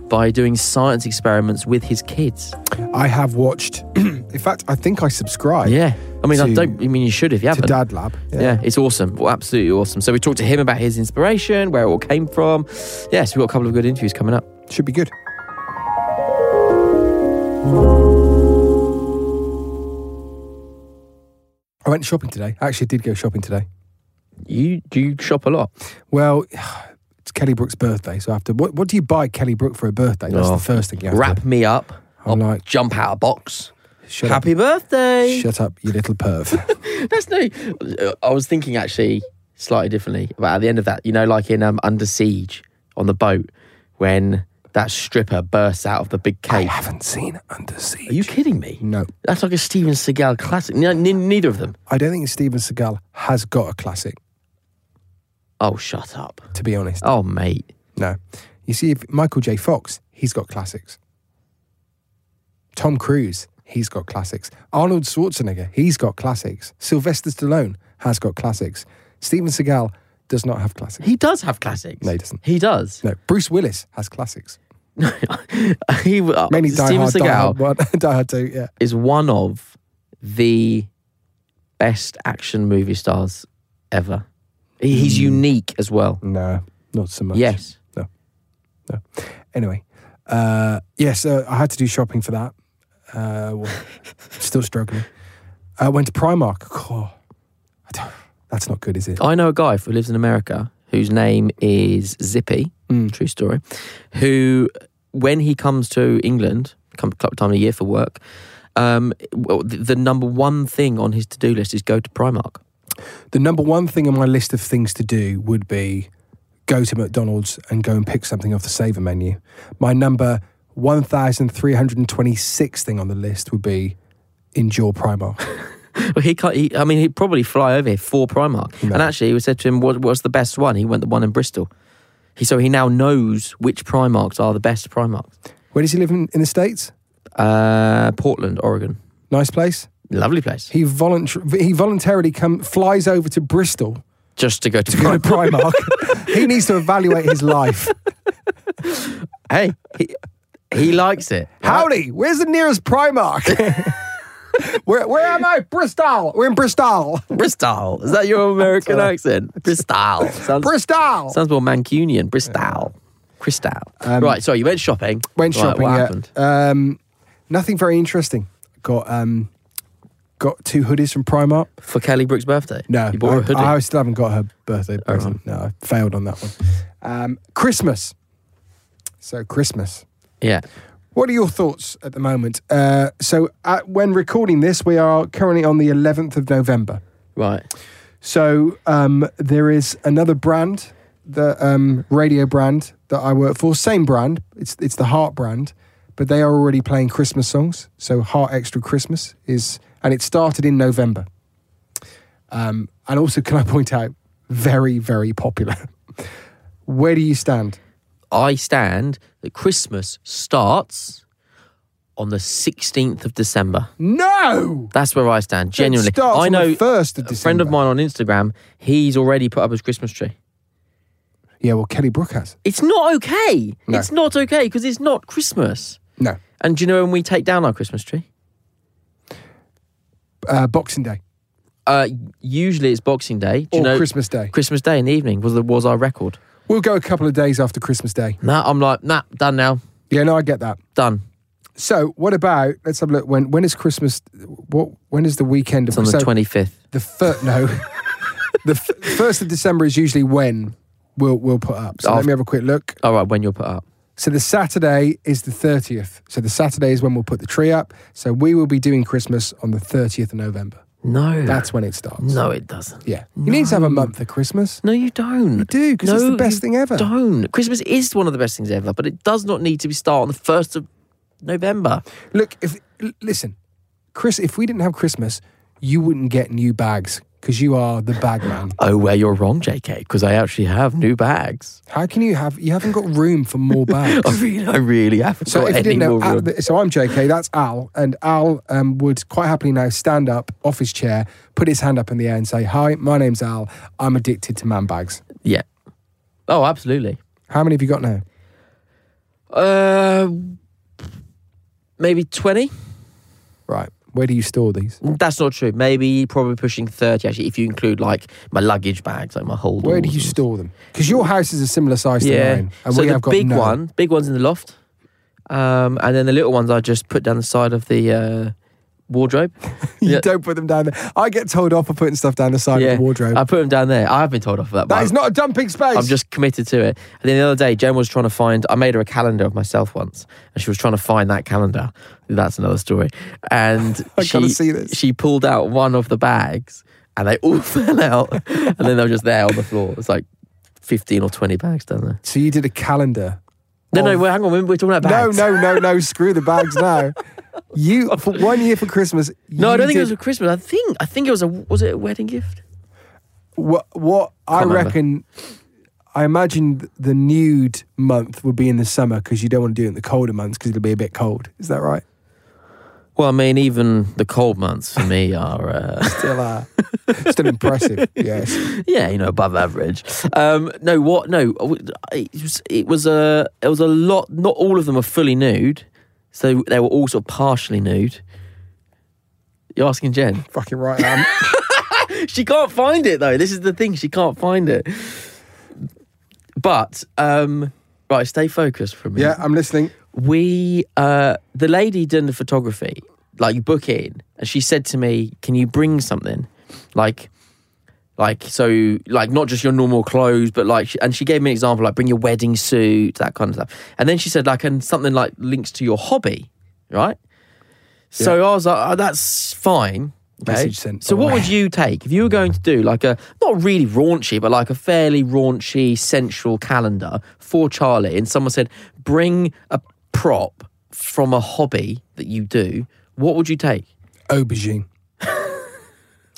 Speaker 1: by doing science experiments with his kids.
Speaker 2: I have watched. in fact, I think I subscribe
Speaker 1: Yeah, I mean, I
Speaker 2: to-
Speaker 1: don't. I mean, you should if you
Speaker 2: to
Speaker 1: haven't.
Speaker 2: Dad Lab.
Speaker 1: yeah. it's awesome. Well, absolutely awesome. So we talked to him about his inspiration, where it all came from. Yes, we've got a couple of good interviews coming up.
Speaker 2: Should be good. I went shopping today. I actually did go shopping today.
Speaker 1: You do you shop a lot?
Speaker 2: Well, it's Kelly Brook's birthday, so I have to. What, what do you buy Kelly Brook for a birthday? That's
Speaker 1: Oh.
Speaker 2: the first thing you have
Speaker 1: Wrap me up. I'll
Speaker 2: I'm like-
Speaker 1: jump out of box.
Speaker 2: to. Shut
Speaker 1: Happy
Speaker 2: up.
Speaker 1: birthday.
Speaker 2: Shut up, you little perv.
Speaker 1: That's no. I was thinking actually slightly differently about at the end of that. You know, like in um, Under Siege on the boat when that stripper bursts out of the big
Speaker 2: I
Speaker 1: cave. Are
Speaker 2: haven't seen Under Siege.
Speaker 1: you kidding me?
Speaker 2: No.
Speaker 1: That's like a Steven Seagal classic. No, n- neither of them.
Speaker 2: I don't think Steven Seagal has got a classic,
Speaker 1: Oh, shut up.
Speaker 2: to be honest.
Speaker 1: Oh, mate.
Speaker 2: No. You see, if Michael J. Fox, he's got classics. Tom Cruise, he's got classics. Arnold Schwarzenegger, he's got classics. Sylvester Stallone has got classics. Steven Seagal does not have classics.
Speaker 1: He does have classics.
Speaker 2: No, he doesn't.
Speaker 1: He does.
Speaker 2: No, Bruce Willis has classics.
Speaker 1: he uh,
Speaker 2: Mainly Die
Speaker 1: Steven
Speaker 2: Hard,
Speaker 1: Seagal
Speaker 2: Die Hard 1, Die Hard 2, yeah.
Speaker 1: is one of the best action movie stars ever. He- He's
Speaker 2: Hmm.
Speaker 1: unique as well.
Speaker 2: No, not so much.
Speaker 1: Yes.
Speaker 2: Anyway, uh, yes, uh, I had to do shopping for that. Uh, well, still struggling. I went to Primark. Oh, I don't- that's not good, is it?
Speaker 1: I know a guy
Speaker 2: Hmm.
Speaker 1: who lives in America whose name is Zippy. True story. Who when he comes to England, come club time of year for work, um, well, the, the number one thing on his to do list is go to Primark.
Speaker 2: The number one thing on my list of things to do would be go to McDonald's and go and pick something off the saver menu. My number 1326 thing on the list would be endure Primark.
Speaker 1: Well, he can't. He, I mean, he'd probably fly over here for Primark. And actually, we said to him, what, "What's the best one?" He went the one in Bristol. He so he now knows which Primarks are the best Primarks.
Speaker 2: Where does he live in, in the States?
Speaker 1: Uh, Portland, Oregon,
Speaker 2: Nice place.
Speaker 1: lovely place.
Speaker 2: He voluntar- he voluntarily come flies over to Bristol
Speaker 1: Just to go to,
Speaker 2: to go to
Speaker 1: Primark.
Speaker 2: Primark. he needs to evaluate his life.
Speaker 1: Hey, he, he likes it.
Speaker 2: Howdy, where's the nearest Primark? where, where am I? Bristol. We're in Bristol.
Speaker 1: Bristol. Is that your American accent? Bristol. Sounds,
Speaker 2: Bristol.
Speaker 1: sounds more Mancunian. Bristol. Crystal. right, so you went shopping.
Speaker 2: Um, Went
Speaker 1: Right,
Speaker 2: shopping.
Speaker 1: What
Speaker 2: yeah.
Speaker 1: happened?
Speaker 2: Um, nothing very interesting. Got um, got two hoodies from Primark.
Speaker 1: For Kelly Brook's birthday?
Speaker 2: No,
Speaker 1: You bought a
Speaker 2: I,
Speaker 1: hoodie. Oh,
Speaker 2: I still haven't got her birthday present. No, I failed on that one. Um, Christmas. So Christmas.
Speaker 1: yeah.
Speaker 2: What are your thoughts at the moment? Uh, so uh when recording this, we are currently on the 11th of November.
Speaker 1: Right.
Speaker 2: So um, there is another brand, the um, radio brand that I work for, same brand. It's it's the Heart brand, but they are already playing Christmas songs. So Heart Extra Christmas is, and it started in November. Um, and also, can I point out, very very popular. Where do you stand?
Speaker 1: I stand that Christmas starts on the 16th of December.
Speaker 2: No,
Speaker 1: That's where I stand, genuinely.
Speaker 2: It starts
Speaker 1: I
Speaker 2: on
Speaker 1: know
Speaker 2: the first of
Speaker 1: a
Speaker 2: December.
Speaker 1: friend of mine on Instagram, he's already put up his Christmas tree.
Speaker 2: Yeah, well, Kelly Brook has
Speaker 1: It's not okay.
Speaker 2: No.
Speaker 1: It's not okay because it's not Christmas.
Speaker 2: no
Speaker 1: And do you know when we take down our Christmas tree?
Speaker 2: uh, Boxing Day
Speaker 1: Uh, usually it's Boxing Day. Do
Speaker 2: or
Speaker 1: you know
Speaker 2: Christmas Day.
Speaker 1: Christmas Day in the evening was the, was our record.
Speaker 2: We'll go a couple of days after Christmas Day.
Speaker 1: Nah, I'm like, nah, done now,
Speaker 2: Yeah, no, I get that.
Speaker 1: done.
Speaker 2: So, what about let's have a look. When when is Christmas? What when is the weekend?
Speaker 1: It's on
Speaker 2: so
Speaker 1: the 25th.
Speaker 2: The fir- no, the f- first of December is usually when we'll we'll put up. So let
Speaker 1: After-
Speaker 2: me have a quick look.
Speaker 1: All right, when you're put up.
Speaker 2: So the Saturday is the thirtieth. So the Saturday is when we'll put the tree up. So we will be doing Christmas on the thirtieth of November.
Speaker 1: No,
Speaker 2: That's when it starts.
Speaker 1: no, it doesn't.
Speaker 2: Yeah, you need to have a month of Christmas.
Speaker 1: No, you don't. You
Speaker 2: do, 'cause it's the best thing ever.
Speaker 1: Don't. Christmas is one of the best things ever, but it does not need to be start on the first of November.
Speaker 2: Look, if l- listen, Chris, if we didn't have Christmas, you wouldn't get new bags because you are the bag man.
Speaker 1: Oh, where you're wrong, JK, because I actually have new bags.
Speaker 2: How can you have? You haven't got room for more bags.
Speaker 1: I really, I really haven't
Speaker 2: So
Speaker 1: got
Speaker 2: if you
Speaker 1: any
Speaker 2: didn't know,
Speaker 1: more
Speaker 2: Al,
Speaker 1: room.
Speaker 2: th- so I'm JK. That's Al, and Al um, would quite happily now stand up off his chair, put his hand up in the air, and say, "Hi, my name's Al. I'm addicted to man bags.
Speaker 1: Yeah. Oh, absolutely.
Speaker 2: How many have you got now?
Speaker 1: Uh, maybe twenty.
Speaker 2: Right, where do you store these?
Speaker 1: That's not true. Maybe probably pushing thirty actually, if you include like my luggage bags, like my holdalls.
Speaker 2: Where do you
Speaker 1: and-
Speaker 2: store them? Because your house is a similar size to
Speaker 1: Yeah.
Speaker 2: mine, and
Speaker 1: so
Speaker 2: we
Speaker 1: the
Speaker 2: have got
Speaker 1: big
Speaker 2: none.
Speaker 1: one, big one's in the loft, um, and then the little ones I just put down the side of the uh, wardrobe.
Speaker 2: You
Speaker 1: Yeah.
Speaker 2: don't put them down there. I get told off for putting stuff down the side
Speaker 1: Yeah,
Speaker 2: of the wardrobe.
Speaker 1: I put them down there. I have been told off for that. but
Speaker 2: that
Speaker 1: I'm-
Speaker 2: is not a dumping space.
Speaker 1: I'm just committed to it. And then the other day, Jen was trying to find. I made her a calendar of myself once, and she was trying to find that calendar. That's another story. And
Speaker 2: I
Speaker 1: she,
Speaker 2: gotta see this.
Speaker 1: she pulled out one of the bags, and they all fell out, and then they were just there on the floor. It's like fifteen or twenty bags down there.
Speaker 2: So you did a calendar.
Speaker 1: No, no,
Speaker 2: Of-
Speaker 1: well, hang on. We're we're talking about bags.
Speaker 2: No, no, no, no. Screw the bags now. You for one year for Christmas.
Speaker 1: No, I don't
Speaker 2: you
Speaker 1: think it
Speaker 2: did-
Speaker 1: was for Christmas. I think I think it was a was it a wedding gift?
Speaker 2: what what I
Speaker 1: remember.
Speaker 2: reckon. I imagine th- the nude month would be in the summer because you don't want to do it in the colder months because it'll be a bit cold. Is that right?
Speaker 1: Well, I mean, even the cold months for me are uh,
Speaker 2: Still, uh, still impressive. Yes.
Speaker 1: yeah, you know, above average. Um, no, what? No, it was, it was a it was a lot. Not all of them were fully nude, so they were all sort of partially nude. You're asking Jen.
Speaker 2: Fucking right. Um,
Speaker 1: She can't find it though. This is the thing. She can't find it. But um, right, stay focused for a minute.
Speaker 2: yeah, I'm listening.
Speaker 1: we uh the lady done the photography like book in and she said to me can you bring something like Like so, like not just your normal clothes, but like, and she gave me an example, like bring your wedding suit, that kind of stuff. And then she said like, and something like links to your hobby, right? So I was like, oh, that's fine. Okay.
Speaker 2: Message sent.
Speaker 1: So what would you take if you were going to do like a not really raunchy, but like a fairly raunchy sensual calendar for Charlie, and someone said bring a prop from a hobby that you do? What would you take?
Speaker 2: Aubergine.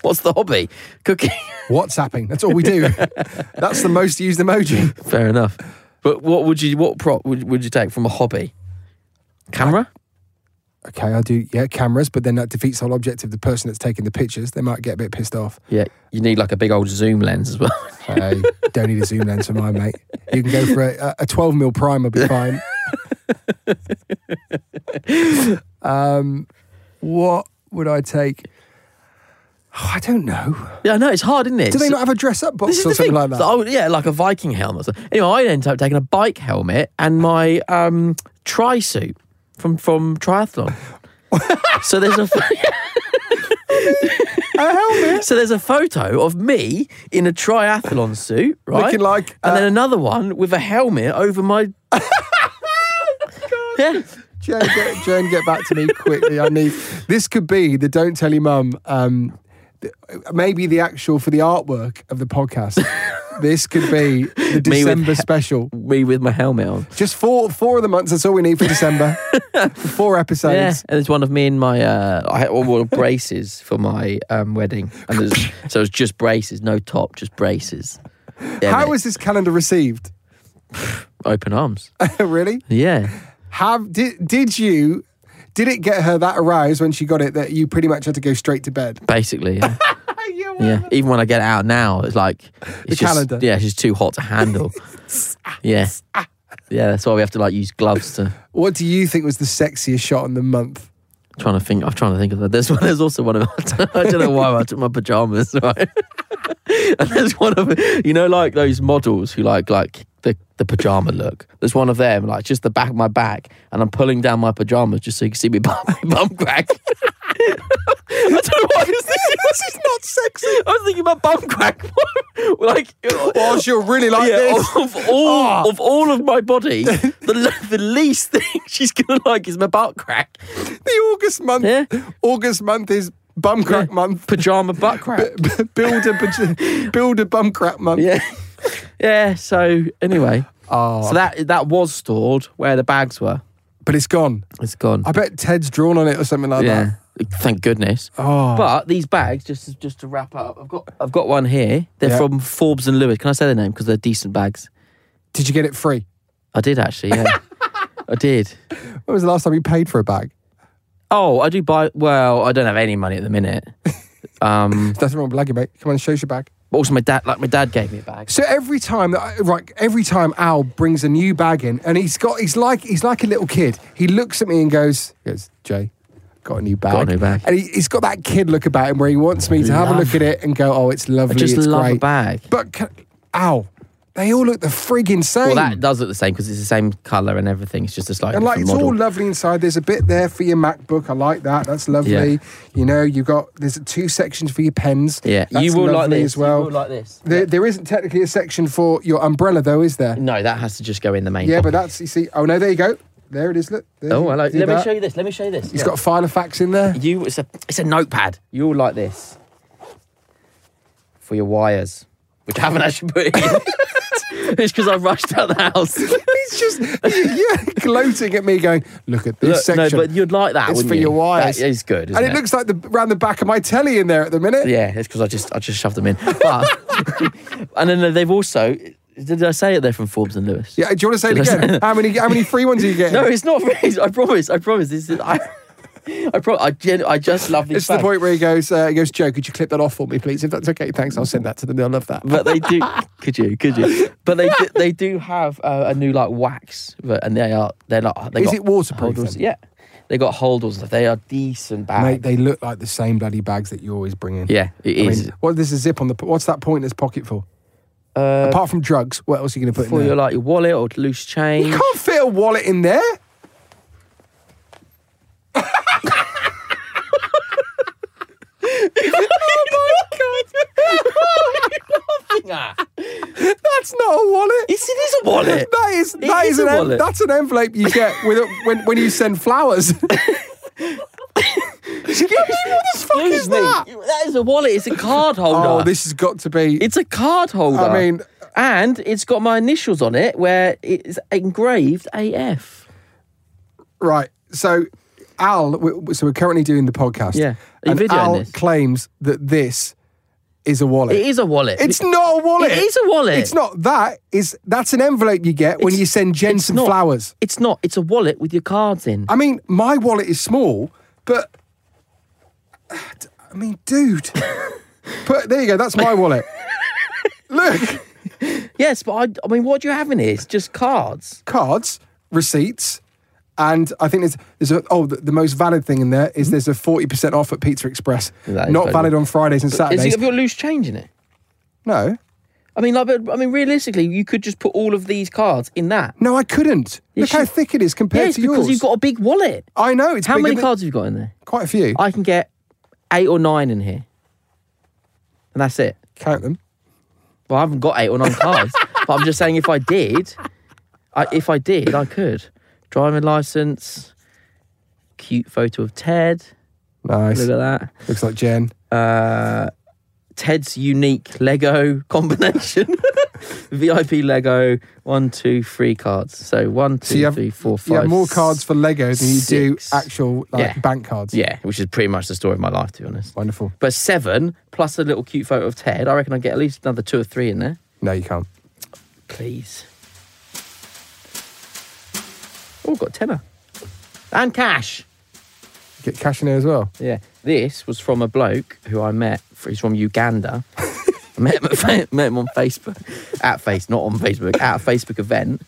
Speaker 1: What's the hobby? Cooking.
Speaker 2: WhatsApping. That's all we do. That's the most used emoji.
Speaker 1: Fair enough. But what would you? What prop would, would you take from a hobby? Camera.
Speaker 2: Okay, I do. Yeah, cameras, but then that defeats the whole objective. The person that's taking the pictures, they might get a bit pissed off.
Speaker 1: Yeah, you need like a big old zoom lens as well.
Speaker 2: Hey, Uh, don't need a zoom lens for mine, mate. You can go for a, a 12 mil prime, I'll be fine. um, what would I take? Oh, I don't know.
Speaker 1: yeah, I know it's hard, isn't it?
Speaker 2: Do they
Speaker 1: So-
Speaker 2: not have a dress up box
Speaker 1: This is
Speaker 2: or
Speaker 1: the
Speaker 2: something
Speaker 1: thing.
Speaker 2: like that?
Speaker 1: So I would- yeah, like a Viking helmet. or something. Anyway, I ended up taking a bike helmet and my um, tri suit from from triathlon. so there's a, helmet. So there's a photo of me in a triathlon suit, right?
Speaker 2: Looking like,
Speaker 1: and then
Speaker 2: uh, Oh,
Speaker 1: another one with a helmet over my. yeah.
Speaker 2: Jen, get, Jen, get back to me quickly. I need this. Could be the "Don't Tell Your Mum." Um, th- maybe the actual for the artwork of the podcast. this could be the
Speaker 1: Me with
Speaker 2: December
Speaker 1: he-
Speaker 2: special.
Speaker 1: Me with my helmet on.
Speaker 2: Just four, four of the months. That's all we need for December. four
Speaker 1: Yeah,
Speaker 2: episodes.
Speaker 1: and there's one of me in my. Uh, I had all wore braces for my um, wedding, and there's, so it's just braces, no top, just braces. Yeah,
Speaker 2: How
Speaker 1: mate.
Speaker 2: was this calendar received?
Speaker 1: open arms?
Speaker 2: really?
Speaker 1: Yeah,
Speaker 2: Have did did you? Did it get her that aroused when she got it that you pretty much had to go straight to bed?
Speaker 1: basically. Yeah,
Speaker 2: You were-
Speaker 1: yeah. even when I get it out now, it's like it's just,
Speaker 2: calendar.
Speaker 1: Yeah, it's just too hot to handle. yeah, yeah. That's why we have to like use gloves to.
Speaker 2: What do you think was the sexiest shot in the month?
Speaker 1: Trying to think, I'm trying to think of that. There's one. There's also one of. I don't know why I took my pajamas. Right. and there's one of you know like those models who like like the the pajama look. There's one of them like just the back of my back, and I'm pulling down my pajamas just so you can see me bum, bum crack. I don't know why this, this is not sexy. I was thinking about bum crack, like
Speaker 2: Whilst you're really like
Speaker 1: yeah,
Speaker 2: this. Ah.
Speaker 1: of- Of all of all of my body, the le- the least thing she's gonna like is my butt crack.
Speaker 2: the August month.
Speaker 1: Yeah.
Speaker 2: August month is bum crack month.
Speaker 1: Pajama butt crack.
Speaker 2: build a paj- build a bum crack month.
Speaker 1: Yeah. yeah, so anyway.
Speaker 2: Oh.
Speaker 1: So that that was stored where the bags were.
Speaker 2: But it's gone.
Speaker 1: It's gone.
Speaker 2: I bet Ted's drawn on it or something like
Speaker 1: yeah.
Speaker 2: that.
Speaker 1: Thank goodness.
Speaker 2: Oh.
Speaker 1: But these bags, just just to wrap up, I've got I've got one here. They're
Speaker 2: Yeah.
Speaker 1: from Forbes and Lewis. Can I say their name? Because they're decent bags.
Speaker 2: Did you get it free?
Speaker 1: I did actually, yeah. I did.
Speaker 2: When was the last time you paid for a bag?
Speaker 1: Oh, I do buy well, I don't have any money at the minute. Um
Speaker 2: That's wrong, blagging, mate. Come on, show us your bag.
Speaker 1: but also my dad like my dad gave me a bag.
Speaker 2: So every time that I, right, every time Al brings a new bag in, and he's got he's like he's like a little kid. He looks at me and goes, he goes Jay, got a new bag.
Speaker 1: Got a new bag.
Speaker 2: And he, he's got that kid look about him where he wants me to have a
Speaker 1: Love
Speaker 2: look at it and go, oh, it's lovely.
Speaker 1: I just
Speaker 2: it's
Speaker 1: love
Speaker 2: great.
Speaker 1: a bag.
Speaker 2: But can, ow, they all look the friggin' same.
Speaker 1: Well that does look the same because it's the same colour and everything. It's just a slightly
Speaker 2: and like
Speaker 1: different
Speaker 2: it's
Speaker 1: model.
Speaker 2: all lovely inside. There's a bit there for your MacBook. I like that. That's lovely.
Speaker 1: Yeah.
Speaker 2: You know, you got there's two sections for your pens.
Speaker 1: Yeah,
Speaker 2: That's
Speaker 1: you will like
Speaker 2: lovely
Speaker 1: this
Speaker 2: as well.
Speaker 1: You will like this.
Speaker 2: there, there isn't technically a section for your umbrella though, is there?
Speaker 1: no, that has to just go in the main.
Speaker 2: Yeah, but
Speaker 1: pocket.
Speaker 2: that's you see. Oh no, there you go. There it is. Look. There
Speaker 1: Oh,
Speaker 2: you
Speaker 1: I like.
Speaker 2: do
Speaker 1: Let me
Speaker 2: that.
Speaker 1: show you this. Let me show you this.
Speaker 2: He's
Speaker 1: Look.
Speaker 2: got a file of facts in there.
Speaker 1: you. It's a it's a notepad. You all like this for your wires, which I haven't actually put in. it's because I rushed out the house.
Speaker 2: He's just yeah, gloating at me, going, "Look at this
Speaker 1: Look,
Speaker 2: section."
Speaker 1: No, but you'd like that.
Speaker 2: it's
Speaker 1: wouldn't
Speaker 2: for
Speaker 1: you?
Speaker 2: your wires.
Speaker 1: That is good.
Speaker 2: and
Speaker 1: isn't
Speaker 2: it, looks like the round the back of my telly in there at the minute.
Speaker 1: Yeah, it's because I just I just shoved them in. But and then they've also. Did I say it? They're from Forbes and Lewis.
Speaker 2: Yeah, do you want to say it again? how many how many free ones are you getting?
Speaker 1: No, it's not. I promise. I promise. This is. I. I, pro- I, gen- I just love these.
Speaker 2: It's the
Speaker 1: bags.
Speaker 2: point where he goes, uh, he goes, Joe, could you clip that off for me, please? If that's okay, thanks. I'll send that to them. They'll love that.
Speaker 1: but they do. could you? Could you? But they do, they do have uh, a new like wax, but, and they are they're like they
Speaker 2: Is
Speaker 1: got
Speaker 2: it waterproof,
Speaker 1: holders-
Speaker 2: then?
Speaker 1: Yeah, they got holders. They are decent
Speaker 2: Mate,
Speaker 1: bags.
Speaker 2: they look like the same bloody bags that you always bring in.
Speaker 1: yeah, it
Speaker 2: I
Speaker 1: is
Speaker 2: mean, what, there's a zip on the. What's that pointless pocket for? Apart from drugs, what else are you going to put in
Speaker 1: Uh, for
Speaker 2: there?
Speaker 1: your like your wallet or loose
Speaker 2: you
Speaker 1: change.
Speaker 2: can't fit a wallet in there.
Speaker 1: oh my god! that?
Speaker 2: That's not a wallet.
Speaker 1: Yes, it is a wallet.
Speaker 2: That is
Speaker 1: It
Speaker 2: that is,
Speaker 1: is
Speaker 2: an
Speaker 1: a
Speaker 2: en-
Speaker 1: wallet.
Speaker 2: that's an envelope you get with a, when when you send flowers. Excuse me, what the fuck
Speaker 1: Excuse
Speaker 2: is
Speaker 1: me.
Speaker 2: that?
Speaker 1: That is a wallet. It's a card holder.
Speaker 2: Oh, this has got to be.
Speaker 1: It's a card holder.
Speaker 2: I mean-
Speaker 1: and it's got my initials on it where it's engraved AF.
Speaker 2: Right. So, Al, we- we- so we're currently doing the podcast.
Speaker 1: Yeah. Are you
Speaker 2: And
Speaker 1: videoing
Speaker 2: Al
Speaker 1: this?
Speaker 2: claims that this is a wallet.
Speaker 1: It is a wallet.
Speaker 2: It's not a wallet.
Speaker 1: It is a wallet.
Speaker 2: It's not that. Is that's an envelope you get when
Speaker 1: It's-
Speaker 2: you send Jen
Speaker 1: it's
Speaker 2: some
Speaker 1: not.
Speaker 2: flowers.
Speaker 1: It's not. It's a wallet with your cards in.
Speaker 2: I mean, my wallet is small, but I mean, dude. Put there you go. That's my wallet. Look,
Speaker 1: yes, but I, I mean, what do you have in here? It's just cards.
Speaker 2: cards, receipts, and I think there's there's a oh the, the most valid thing in there is there's a forty percent off at Pizza Express.
Speaker 1: That
Speaker 2: Not
Speaker 1: Hmm? is valuable.
Speaker 2: valid on Fridays and
Speaker 1: Is it,
Speaker 2: Saturdays.
Speaker 1: have you got loose change in it?
Speaker 2: No,
Speaker 1: I mean, like, but, I mean, realistically, you could just put all of these cards in that.
Speaker 2: no, I couldn't. Look
Speaker 1: you-
Speaker 2: how thick it is compared
Speaker 1: Yes,
Speaker 2: to
Speaker 1: because
Speaker 2: yours.
Speaker 1: you've got a big wallet.
Speaker 2: I know it's
Speaker 1: How
Speaker 2: bigger
Speaker 1: many
Speaker 2: than-
Speaker 1: cards have you got in there?
Speaker 2: Quite a few.
Speaker 1: I can get eight or nine in here, and that's it.
Speaker 2: Count them.
Speaker 1: Well, I haven't got eight or nine cards, but I'm just saying if I did, I, if I did, I could. Driving license, cute photo of Ted.
Speaker 2: Nice.
Speaker 1: Look at
Speaker 2: Looks like Jen.
Speaker 1: that. Uh, Ted's unique Lego combination. VIP Lego, one, two, three cards. So one,
Speaker 2: So you
Speaker 1: two,
Speaker 2: have-
Speaker 1: three, four,
Speaker 2: You
Speaker 1: five.
Speaker 2: have more cards for Lego than you do
Speaker 1: six.
Speaker 2: actual like
Speaker 1: Yeah.
Speaker 2: bank cards.
Speaker 1: Yeah, which is pretty much the story of my life, to be honest.
Speaker 2: Wonderful.
Speaker 1: But seven plus a little cute photo of Ted, I reckon I get at least another two or three in there.
Speaker 2: No, you can't.
Speaker 1: Please. Oh, got tenner. And cash.
Speaker 2: Get cash in there as well.
Speaker 1: Yeah. This was from a bloke who I met. He's from Uganda. I met him, at, fa- met him on Facebook. At Face, not on Facebook, at a Facebook event.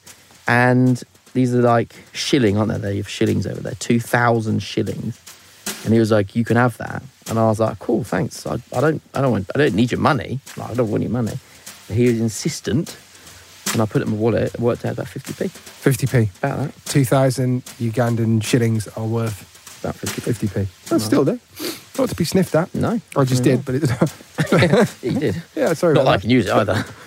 Speaker 1: And these are like shilling, aren't they? They have shillings over there, 2,000 shillings. And he was like, you can have that. And I was like, cool, thanks. I, I don't I don't want, I don't need your money. Like, I don't want your money. But he was insistent. And I put it in my wallet. It worked out about 50p.
Speaker 2: 50p.
Speaker 1: About that.
Speaker 2: 2,000 Ugandan shillings are worth
Speaker 1: About 50p.
Speaker 2: 50p. That's still there. Not to be sniffed at.
Speaker 1: No.
Speaker 2: I just did, but it's.
Speaker 1: Yeah, you did.
Speaker 2: yeah, sorry.
Speaker 1: Not
Speaker 2: about
Speaker 1: like I can use it either.
Speaker 2: that.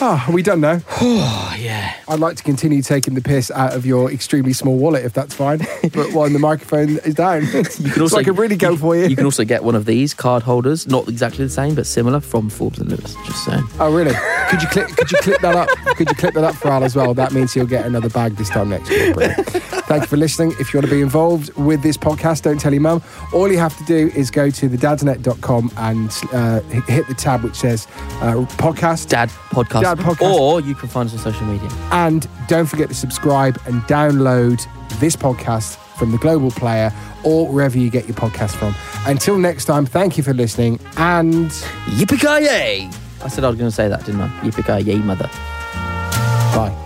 Speaker 2: Ah, are we done now?
Speaker 1: Oh, yeah.
Speaker 2: I'd like to continue taking the piss out of your extremely small wallet, if that's fine. but while the microphone is down, you can
Speaker 1: also-
Speaker 2: I can really go for you.
Speaker 1: You can also get one of these card holders, not exactly the same, but similar from Forbes and Lewis. Just saying.
Speaker 2: Oh really? Could you clip? Could you clip that up? Could you clip that up for Al as well? That means he'll get another bag this time next week. Brilliant. Thank you for listening. If you want to be involved with this podcast, don't tell your mum. All you have to do is go to thedadsnet.com and uh, hit hit the tab which says uh, podcast.
Speaker 1: Dad podcast.
Speaker 2: Dad podcast.
Speaker 1: Or you can find us on social media.
Speaker 2: And don't forget to subscribe and download this podcast from the Global Player or wherever you get your podcast from. Until next time, thank you for listening and.
Speaker 1: Yippee ki yay! I said I was going to say that, didn't I? Yippee ki yay, mother. Bye.